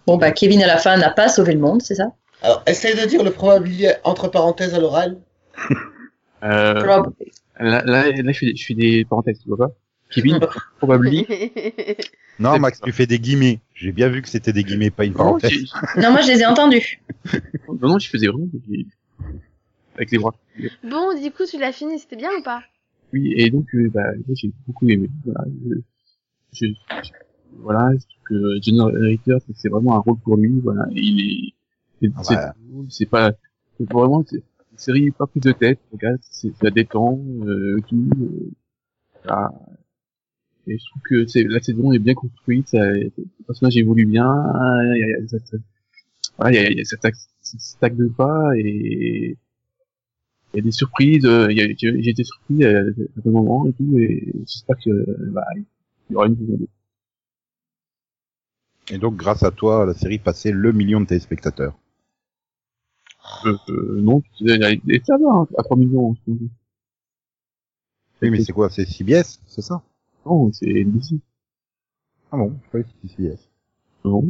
Speaker 4: Bon, bah, Kevin, à la fin, n'a pas sauvé le monde, c'est ça
Speaker 3: Alors, essaye de dire le probabilier entre parenthèses à l'oral.
Speaker 2: Euh,
Speaker 4: Rob.
Speaker 2: là, là, là, je fais, je fais des parenthèses, tu vois pas Kevin, probably.
Speaker 1: Non,
Speaker 2: C'est Oh,
Speaker 1: Max,
Speaker 2: pas-
Speaker 1: tu fais des guillemets. J'ai bien vu que c'était des guillemets, pas une
Speaker 2: Non,
Speaker 1: parenthèse.
Speaker 2: j'ai-
Speaker 4: Non, moi, je les ai entendus.
Speaker 2: non, non, je faisais vraiment des- avec les bras.
Speaker 5: [laughs] bon, du coup, tu l'as fini, c'était bien ou pas
Speaker 2: Oui, et donc, euh, bah, moi, j'ai beaucoup aimé. Voilà, je, je- je- voilà, je trouve que General Ritter, c'est- c'est vraiment un rôle pour lui. Voilà, il est, c'est,
Speaker 1: Ah
Speaker 2: c'est-
Speaker 1: bah.
Speaker 2: c'est pas, c'est vraiment, c'est une série pas plus de tête. Regarde, c'est, ça détend, euh, tout. euh, voilà. Et je trouve que c'est, la saison est bien construite, ça, le personnage évolue bien, il y a, il y a- ça, ça- voilà, il y a, il y a ça tac- ça- ça tacle de pas et il y a des surprises, euh, il y a- j'ai j'ai été surpris euh, à un moment et tout, et j'espère que euh, bah, il y aura une saison deux.
Speaker 1: Et donc, grâce à toi, la série passait le million de téléspectateurs.
Speaker 2: Euh, euh, non, elle est- elle est- ça va, hein, à 3 millions en ce moment.
Speaker 1: Oui, mais c'est quoi C'est CBS, c'est ça
Speaker 2: Non, c'est d'ici.
Speaker 1: Ah bon, je croyais que c'était CBS.
Speaker 2: Non.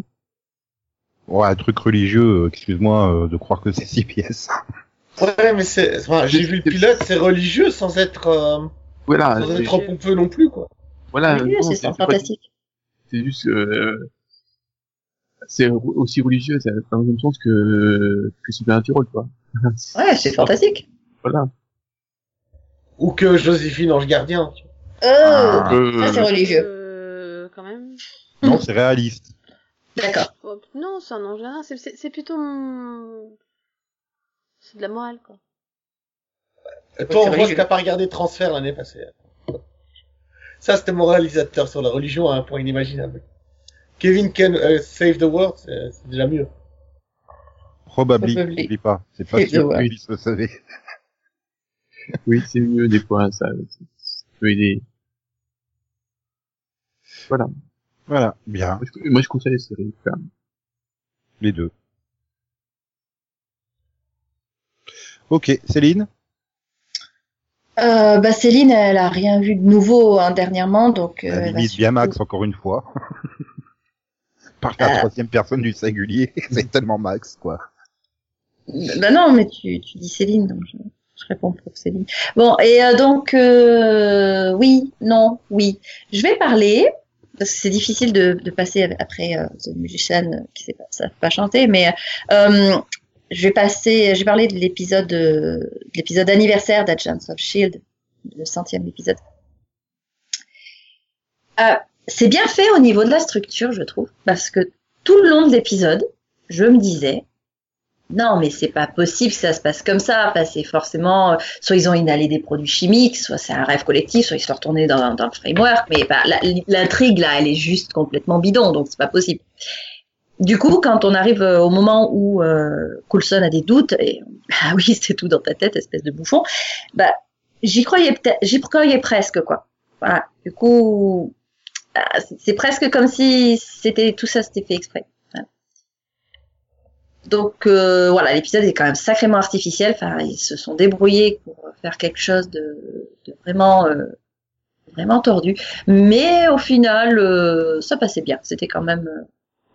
Speaker 1: Ouais, un truc religieux, euh, excuse-moi euh, de croire que c'est CBS.
Speaker 3: Ouais, Ah, mais c'est. enfin, J'ai vu le pilote, c'est religieux sans être, euh,
Speaker 2: Voilà,
Speaker 3: sans
Speaker 2: c'est-
Speaker 3: être trop pompeux non plus, quoi.
Speaker 2: voilà
Speaker 4: Oui,
Speaker 2: Ah, non,
Speaker 4: c'est
Speaker 2: c'est- c'est pas-
Speaker 4: fantastique.
Speaker 2: c'est juste que euh, c'est aussi religieux, c'est dans le même sens que, euh, que Supernatural, quoi. [laughs]
Speaker 4: Ouais, c'est fantastique.
Speaker 2: Voilà.
Speaker 3: Ou que Joséphine Ange Gardien. tu vois.
Speaker 4: Oh
Speaker 1: Ah.
Speaker 2: Euh,
Speaker 4: Ça, c'est religieux.
Speaker 5: Euh, quand même.
Speaker 1: non, c'est réaliste.
Speaker 4: D'accord.
Speaker 5: Oh, non, c'est un ange gardien, c'est- c'est c'est plutôt... hum, C'est de la morale, quoi.
Speaker 3: Euh, Toi,
Speaker 4: c'est
Speaker 3: on voit
Speaker 4: rigolo.
Speaker 3: que t'as pas regardé Transfert l'année passée. Ça, c'était mon réalisateur sur la religion à un point inimaginable. Kevin can euh, save the world, c'est c'est déjà mieux.
Speaker 1: Probably,
Speaker 4: Probably.
Speaker 1: n'oublie pas. C'est pas
Speaker 4: [laughs] Et
Speaker 1: sûr
Speaker 4: ouais.
Speaker 1: que puisse le savait.
Speaker 2: Oui, c'est mieux des fois, ça, ça peut aider. Voilà.
Speaker 1: Voilà, bien,
Speaker 2: Moi, je, moi, je conseille la série. quand même.
Speaker 1: les deux. Ok, Céline
Speaker 4: Euh, bah Céline, elle a rien vu de nouveau hein, dernièrement, donc. euh,
Speaker 2: Ah,
Speaker 1: Elle
Speaker 4: elle va
Speaker 1: limite
Speaker 4: surtout-
Speaker 1: bien Max encore une fois. [laughs] Par la
Speaker 4: Euh.
Speaker 1: troisième personne du singulier, [laughs] c'est tellement Max, quoi.
Speaker 4: Bah non, mais tu, tu dis Céline, donc je, je réponds pour Céline. Bon, et euh, donc, euh, oui, non, oui. Je vais parler, parce que c'est difficile de, de passer av- après euh, The Musician euh, qui ne savent pas chanter, mais euh, je vais passer, j'ai parlé de l'épisode euh, de l'épisode anniversaire d'Agents of Shield, E le centième épisode. Euh, c'est bien fait au niveau de la structure, je trouve, parce que tout le long de l'épisode, je me disais, non, mais c'est pas possible que ça se passe comme ça. Parce que c'est forcément, euh, soit ils ont inhalé des produits chimiques, soit c'est un rêve collectif, soit ils se retournaient dans, dans le framework. Mais bah, la- l'intrigue, là, elle est juste complètement bidon, donc c'est pas possible. Du coup, quand on arrive euh, au moment où euh, Coulson a des doutes, et [laughs] ah oui, c'est tout dans ta tête, espèce de bouffon, bah, j'y croyais peut-être, j'y croyais presque, quoi. Voilà. Du coup, ah, c'est- c'est presque comme si c'était tout ça c'était fait exprès. Donc euh, voilà, l'épisode est quand même sacrément artificiel. Enfin, ils se sont débrouillés pour faire quelque chose de, de vraiment, euh, vraiment tordu. Mais au final, euh, ça passait bien. C'était quand même euh,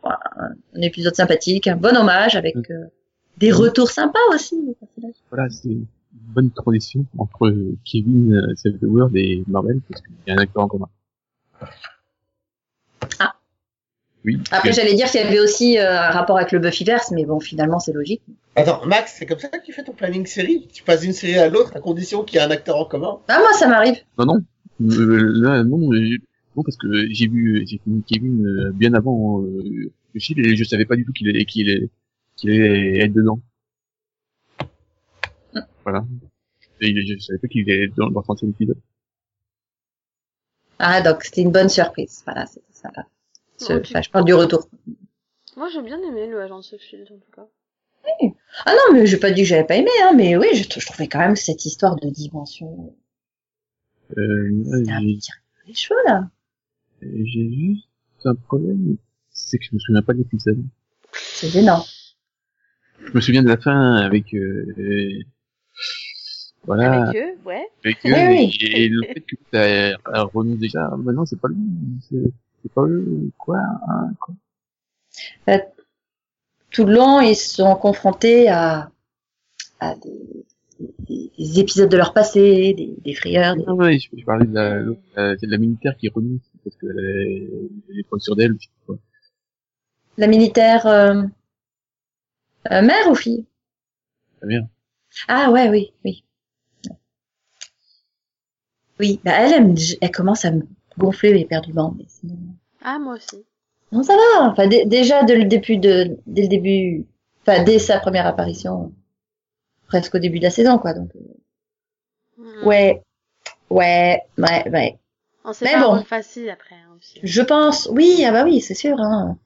Speaker 4: voilà, un un épisode sympathique, un bon hommage avec
Speaker 2: Mm.
Speaker 4: euh, des retours sympas aussi. des personnages.
Speaker 2: Voilà, c'est une bonne transition entre Kevin euh, Save the World et Marvel, parce qu'il y a un acteur en commun.
Speaker 4: Ah.
Speaker 2: Oui.
Speaker 4: Après,
Speaker 2: que-
Speaker 4: j'allais dire qu'il y avait aussi euh, un rapport avec le Buffyverse, mais bon, finalement, c'est logique.
Speaker 3: Attends, Max, c'est comme ça que tu fais ton planning série Tu passes d'une série à l'autre à condition qu'il y ait un acteur en commun
Speaker 4: Ah, moi, ça m'arrive.
Speaker 2: Non, non. Euh, là, non, euh, non, parce que j'ai vu, j'ai connu Kevin euh, bien avant euh, le Shield et je savais pas du tout qu'il allait, qu'il allait, qu'il allait être dedans. Voilà. Et il- je savais pas qu'il allait être dans, dans le 30 épisode.
Speaker 4: Ah, donc c'était une bonne surprise. Voilà, c'était sympa. Ce-
Speaker 5: Ok.
Speaker 4: enfin, je parle du retour.
Speaker 5: Oh, Moi, j'ai bien aimé le Agent of Shield, E en tout cas.
Speaker 4: Ah non, mais j'ai pas dit que j'avais pas aimé, hein, mais oui, je, je trouvais quand même cette histoire de dimension.
Speaker 2: Euh, ouais,
Speaker 4: Ah,
Speaker 2: j'ai-
Speaker 4: tiens, les cheveux là.
Speaker 2: j'ai juste un problème, c'est que je me souviens pas de l'épisode.
Speaker 4: C'est gênant.
Speaker 2: Je me souviens de la fin avec, euh, euh, voilà.
Speaker 4: Ah.
Speaker 5: Avec eux, ouais.
Speaker 2: avec
Speaker 4: Oui,
Speaker 2: eux,
Speaker 4: oui.
Speaker 2: et, et le fait que t'as euh, remis déjà maintenant c'est pas lui c'est c'est pas eux quoi hein, quoi.
Speaker 4: Tout le long, ils sont confrontés à, à des, des- des épisodes de leur passé, des, des frayeurs. des-
Speaker 2: non mais Ah, je, je parlais de la l'autre, euh, c'est de la militaire qui remis parce que euh, elle avait des points sur d'elle je sais pas quoi.
Speaker 4: La militaire euh, euh, mère ou fille
Speaker 2: La mère.
Speaker 4: Ah ouais, oui, oui. Oui, bah elle, elle, me- elle commence à me gonfler éperdument, mais sinon.
Speaker 5: Ah, moi aussi.
Speaker 4: Non, ça va. Enfin, dé- déjà dès le début de, dès le début, enfin dès sa première apparition, presque au début de la saison, quoi. Donc, euh,
Speaker 5: Hmm.
Speaker 4: ouais, ouais, ouais, ouais.
Speaker 5: On sait
Speaker 4: Mais
Speaker 5: pas
Speaker 4: bon.
Speaker 5: bon. facile après, hein,
Speaker 4: [laughs]
Speaker 5: aussi. [laughs]
Speaker 4: Je pense, oui, ah bah oui, c'est sûr. Hein.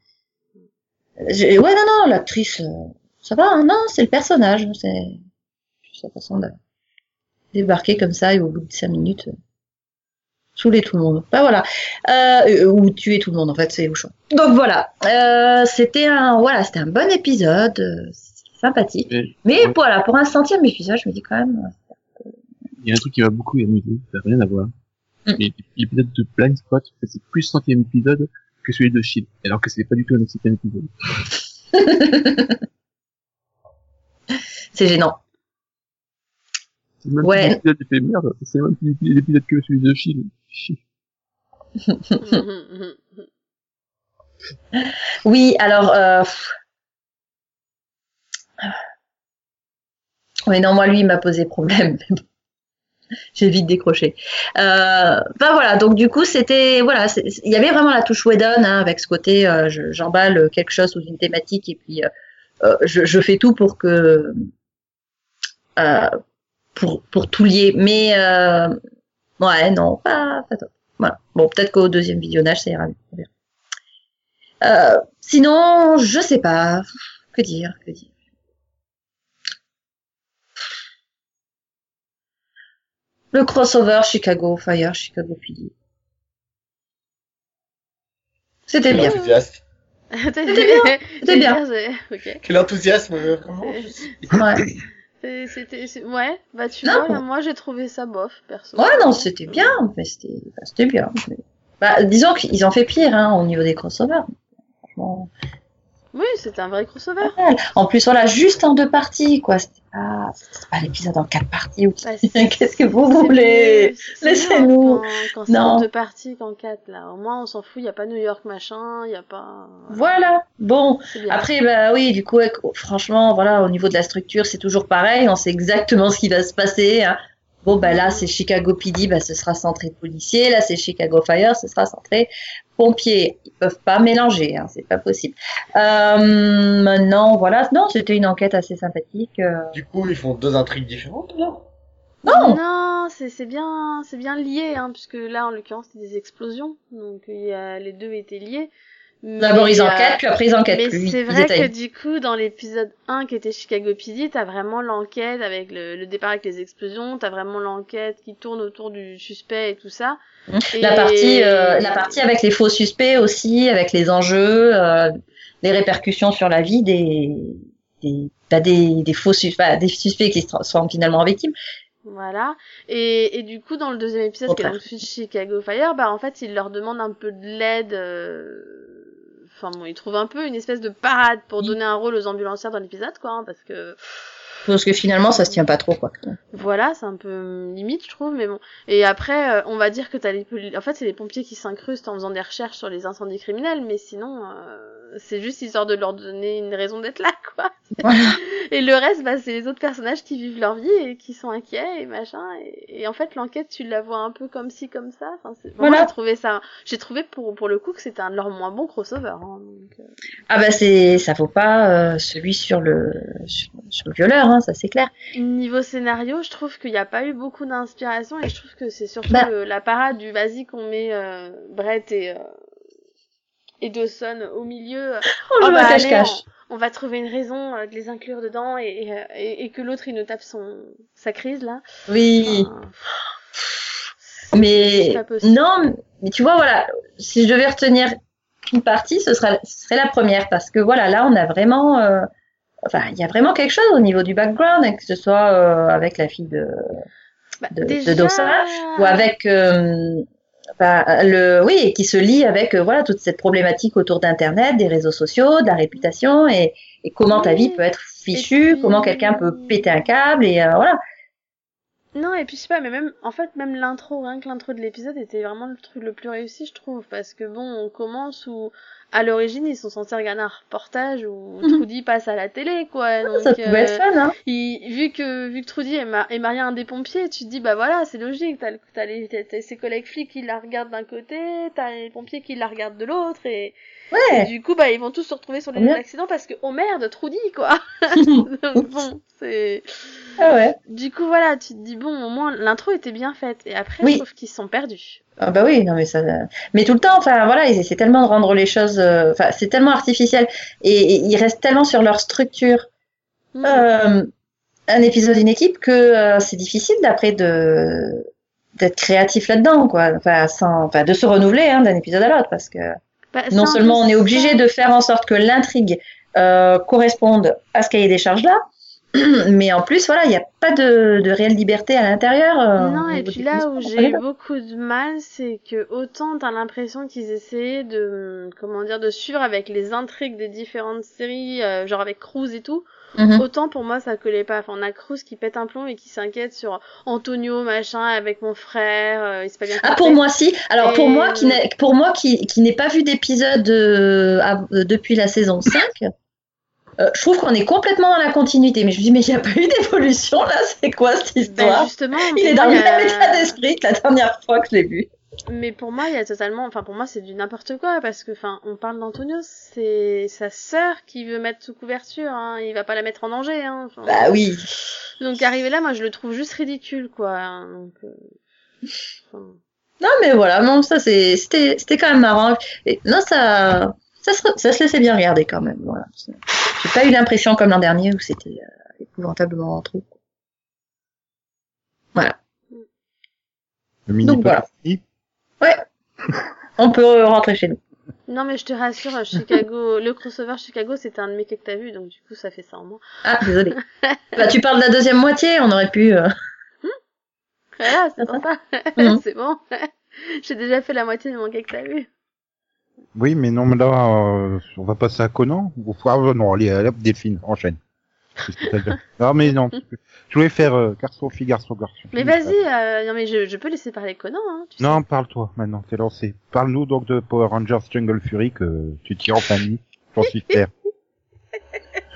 Speaker 4: Je- ouais, non, non, l'actrice, euh, ça va. hein. non, c'est le personnage, c'est c'est sa façon de débarquer comme ça et au bout de cinq minutes euh, saouler tout le monde. Bah voilà, euh, euh, ou tuer tout le monde en fait, c'est au choix. Donc voilà, euh, c'était un, voilà, c'était un bon épisode, euh, c'est sympathique.
Speaker 2: Et
Speaker 4: Mais
Speaker 2: Ouais.
Speaker 4: voilà, pour un centième épisode, je me dis quand même. euh,
Speaker 2: il y a un truc qui m'a beaucoup amusé ça n'a rien à voir
Speaker 4: Mm.
Speaker 2: mais l'épisode de Blind Spot c'est plus le centième épisode que celui de Shield alors que c'est pas du tout un centième épisode
Speaker 4: C'est gênant.
Speaker 2: c'est même
Speaker 4: Ouais.
Speaker 2: plus l'épisode de merde c'est même plus l'épisode que celui de Shield Shit.
Speaker 4: Oui, alors. Euh... pff. Oui, non, moi, lui, il m'a posé problème. [laughs] mais bon. J'ai vite décroché. Euh, ben voilà, donc du coup, c'était. Voilà, c'est- c'est- il y avait vraiment la touche Whedon hein, avec ce côté euh, je- j'emballe quelque chose sous une thématique et puis euh, euh, je, je fais tout pour que. euh, pour, pour tout lier. Mais. euh, ouais, non, pas, pas top. Voilà. Bon, peut-être qu'au deuxième visionnage, ça ira mieux. on verra. Euh, sinon, je sais pas. Que dire, que dire. Le crossover Chicago Fire, Chicago PD. C'était
Speaker 3: Quel
Speaker 4: bien.
Speaker 3: enthousiasme
Speaker 5: C'était
Speaker 4: bien,
Speaker 5: [laughs] bien.
Speaker 4: bien.
Speaker 5: j'ai- Ok.
Speaker 3: Quel enthousiasme euh, Comment
Speaker 4: Ouais.
Speaker 5: C'est- C'était, c'est- ouais, bah tu
Speaker 4: Non.
Speaker 5: vois, là, moi j'ai trouvé ça bof, perso.
Speaker 4: Ouais, non, c'était bien, mais c'était bah, c'était bien. mais- Bah, disons qu'ils ont fait pire hein, au niveau des crossovers. Franchement,
Speaker 5: Oui, c'était un vrai crossover.
Speaker 4: pas mal. En plus, voilà, juste en deux parties, quoi. C'était pas, c'était pas l'épisode en quatre parties. ou- [laughs]
Speaker 5: Bah, c'est-
Speaker 4: Ah, Qu'est-ce que vous
Speaker 5: c'est
Speaker 4: voulez
Speaker 5: mieux, c'est mieux
Speaker 4: Laissez-nous.
Speaker 5: Quand, quand c'est
Speaker 4: Non.
Speaker 5: en deux parties qu'en quatre, là. Au moins, on s'en fout, y a pas New York machin, y a pas.
Speaker 4: Voilà. Bon,
Speaker 5: C'est bien.
Speaker 4: après, bah oui, du coup, ouais, franchement, voilà, au niveau de la structure, c'est toujours pareil. On sait exactement ce qui va se passer. hein. Bon, bah là, c'est Chicago PD, bah ce sera centré policier. Là, c'est Chicago Fire, ce sera centré pompier. Ils peuvent pas mélanger, hein, c'est pas possible. Euh, maintenant, voilà. Non, c'était une enquête assez sympathique. euh.
Speaker 3: Du coup, ils font deux intrigues différentes, là.
Speaker 4: Non,
Speaker 5: Non, c'est c'est bien, c'est bien lié, hein, puisque là, en l'occurrence, c'était des explosions, donc il y a- les deux étaient liés. Mais,
Speaker 4: d'abord ils
Speaker 5: euh,
Speaker 4: enquêtent, puis après ils enquêtent.
Speaker 5: Mais
Speaker 4: plus,
Speaker 5: c'est
Speaker 4: ils
Speaker 5: vrai que
Speaker 4: éteignent.
Speaker 5: du coup, dans l'épisode 1 qui était Chicago PD, t'as vraiment l'enquête avec le, le départ avec les explosions, t'as vraiment l'enquête qui tourne autour du suspect et tout ça.
Speaker 4: [laughs]
Speaker 5: Et-
Speaker 4: La partie, euh, la partie avec les faux suspects aussi, avec les enjeux, euh, les répercussions sur la vie des des, bah, des, des faux suspects, des suspects qui se transforment finalement en victimes.
Speaker 5: Voilà. Et, et du coup, dans le deuxième épisode, qui est
Speaker 4: Contraire.
Speaker 5: donc celui de Chicago Fire, bah en fait, il leur demande un peu de l'aide. euh, Enfin bon, ils trouvent un peu une espèce de parade pour
Speaker 4: Oui.
Speaker 5: donner un rôle aux ambulancières dans l'épisode, quoi, hein, parce que
Speaker 4: Parce que finalement, ça se tient pas trop quoi.
Speaker 5: voilà, c'est un peu euh, limite, je trouve, mais bon. Et après, euh, on va dire que t'as les, poli- en fait, c'est les pompiers qui s'incrustent en faisant des recherches sur les incendies criminels, mais sinon, euh, c'est juste histoire de leur donner une raison d'être là, [laughs] quoi.
Speaker 4: Voilà.
Speaker 5: Et le reste, bah, c'est les autres personnages qui vivent leur vie et qui sont inquiets et machin. Et, et en fait, l'enquête, tu la vois un peu comme ci, comme ça. Enfin, c'est- vraiment,
Speaker 4: Voilà.
Speaker 5: J'ai trouvé ça, j'ai trouvé pour, pour le coup que c'était un de leurs moins bons crossover. hein, donc, euh,
Speaker 4: Ah bah c'est, ça vaut pas euh, celui sur le sur, sur le violeur, hein, ça c'est clair.
Speaker 5: Niveau scénario, je trouve qu'il n'y a pas eu beaucoup d'inspiration et je trouve que c'est surtout
Speaker 4: Bah.
Speaker 5: le- la parade du vas-y qu'on met euh, Brett et, euh, et Dawson au milieu.
Speaker 4: On
Speaker 5: Oh,
Speaker 4: le
Speaker 5: bah, allez,
Speaker 4: cache-cache.
Speaker 5: On va trouver une raison euh, de les inclure dedans et, et, euh, et- et que l'autre il nous tape son sa crise là.
Speaker 4: Oui.
Speaker 5: Enfin,
Speaker 4: Mais
Speaker 5: c'est pas possible.
Speaker 4: non, mais tu vois, voilà, si je devais retenir une partie, ce, sera, ce serait la première parce que voilà, là, on a vraiment, euh, enfin, il y a vraiment quelque chose au niveau du background, hein, que ce soit euh, avec la fille de,
Speaker 5: Bah,
Speaker 4: de- de Dawson
Speaker 5: Ah.
Speaker 4: ou avec, euh, bah, le, oui, et qui se lie avec euh, voilà toute cette problématique autour d'Internet, des réseaux sociaux, de la réputation et, et comment ta
Speaker 5: Oui.
Speaker 4: vie peut être
Speaker 5: Et
Speaker 4: fichue,
Speaker 5: puis-
Speaker 4: comment quelqu'un peut péter un câble et euh, voilà.
Speaker 5: Non, et puis je sais pas, mais même, en fait, même l'intro, rien que l'intro de l'épisode était vraiment le truc le plus réussi, je trouve, parce que bon, on commence où, à l'origine, ils sont censés regarder un reportage où
Speaker 4: [laughs] Mhm. Ah,
Speaker 5: Trudy passe à la télé, quoi. Donc,
Speaker 4: ça pouvait être
Speaker 5: euh,
Speaker 4: fun, hein.
Speaker 5: il- vu que, vu que Trudy est, ma- est mariée à un des pompiers, tu te dis, bah voilà, c'est logique, t'as, le- t'as, les- t'as- t'as ses collègues flics qui la regardent d'un côté, t'as les pompiers qui la regardent de l'autre, et, et
Speaker 4: Ouais.
Speaker 5: du coup, bah, ils vont tous se retrouver sur les
Speaker 4: Bien.
Speaker 5: mêmes accidents parce que, oh merde, Trudy, quoi. [laughs] Donc, bon, c'est,
Speaker 4: [laughs] Ah ouais.
Speaker 5: du coup, voilà, tu te dis, bon, au moins, l'intro était bien faite. Et après,
Speaker 4: Oui.
Speaker 5: je trouve qu'ils sont perdus.
Speaker 4: Ah bah oui, non mais ça, mais tout le temps, enfin voilà, ils essaient tellement de rendre les choses, euh, enfin c'est tellement artificiel et, et ils restent tellement sur leur structure.
Speaker 5: Mm.
Speaker 4: Euh, un épisode, une équipe que euh, c'est difficile d'après de d'être créatif là-dedans quoi, enfin sans, enfin de se renouveler hein, d'un épisode à l'autre parce que
Speaker 5: Bah, c'est
Speaker 4: non
Speaker 5: un
Speaker 4: seulement
Speaker 5: peu
Speaker 4: on est
Speaker 5: ça.
Speaker 4: obligé de faire en sorte que l'intrigue euh, corresponde à ce cahier des charges là, [clears throat] mais en plus voilà, il n'y a pas de, de réelle liberté à l'intérieur. euh,
Speaker 5: Non,
Speaker 4: au
Speaker 5: et
Speaker 4: niveau
Speaker 5: puis
Speaker 4: des
Speaker 5: là
Speaker 4: émissions,
Speaker 5: où
Speaker 4: on
Speaker 5: j'ai
Speaker 4: connaît
Speaker 5: eu
Speaker 4: pas.
Speaker 5: beaucoup de mal, c'est que autant t'as l'impression qu'ils essayaient de, hum, comment dire, de suivre avec les intrigues des différentes séries, euh, genre avec Cruz et tout,
Speaker 4: Mhm.
Speaker 5: autant pour moi ça collait pas. Enfin, on a Cruz qui pète un plomb et qui s'inquiète sur Antonio, machin, avec mon frère, euh, il s'est pas bien
Speaker 4: Ah
Speaker 5: porté.
Speaker 4: pour moi si. Alors pour
Speaker 5: Et-
Speaker 4: moi qui n'ai pour moi qui, qui n'ai pas vu d'épisode euh, av- euh, depuis la [laughs] saison 5, euh, je trouve qu'on est complètement dans la continuité. Mais je me dis mais il n'y a pas eu d'évolution là, c'est quoi cette
Speaker 5: Bah,
Speaker 4: histoire
Speaker 5: justement,
Speaker 4: Il est dans
Speaker 5: pour
Speaker 4: le
Speaker 5: moi, il y a-
Speaker 4: même état d'esprit que la dernière fois que je l'ai vu.
Speaker 5: Mais pour moi, il y a totalement, enfin pour moi, c'est du n'importe quoi parce que, enfin, on parle d'Antonio, c'est sa sœur qui veut mettre sous couverture, hein. Il va pas la mettre en danger, hein. Enfin,
Speaker 4: Bah oui.
Speaker 5: Donc arrivé là, moi, je le trouve juste ridicule, quoi. hein. Donc, euh, enfin,
Speaker 4: Non mais voilà, non ça c'est c'était c'était quand même marrant. Et, non ça ça se, ça se laissait bien regarder quand même. Voilà. C'est- J'ai pas eu l'impression comme l'an dernier où c'était euh, épouvantablement trop.
Speaker 1: Le mini
Speaker 4: Donc, voilà.
Speaker 1: podcast.
Speaker 4: On peut euh, rentrer chez nous.
Speaker 5: Non, mais je te
Speaker 4: [laughs]
Speaker 5: rassure, Chicago, le crossover Chicago, c'était un de mes cas que t'as vu, donc du coup, ça fait ça en moins.
Speaker 4: Ah, désolé. [laughs] bah, tu parles de la deuxième moitié, on aurait pu. euh,
Speaker 5: Voilà, c'est pour ça.
Speaker 4: [laughs] Mhm.
Speaker 5: [laughs] c'est bon. J'ai déjà fait la moitié de mon cas que t'as vu.
Speaker 1: Oui, mais non, mais là, euh, on va passer à Conan ou ah, Non, allez, allez, hop, Delphine, enchaîne. Qu'est-ce que t'as dit non, mais non. parce que Je voulais faire euh, garçon, fille, garçon, garçon.
Speaker 5: Mais vas-y, euh, non, mais je, je peux laisser parler Conan, hein. tu sais.
Speaker 1: Non, parle-toi maintenant, t'es lancé. Parle-nous donc de Power Rangers Jungle Fury que tu tires en famille. J'en suis
Speaker 5: [laughs]
Speaker 1: fier.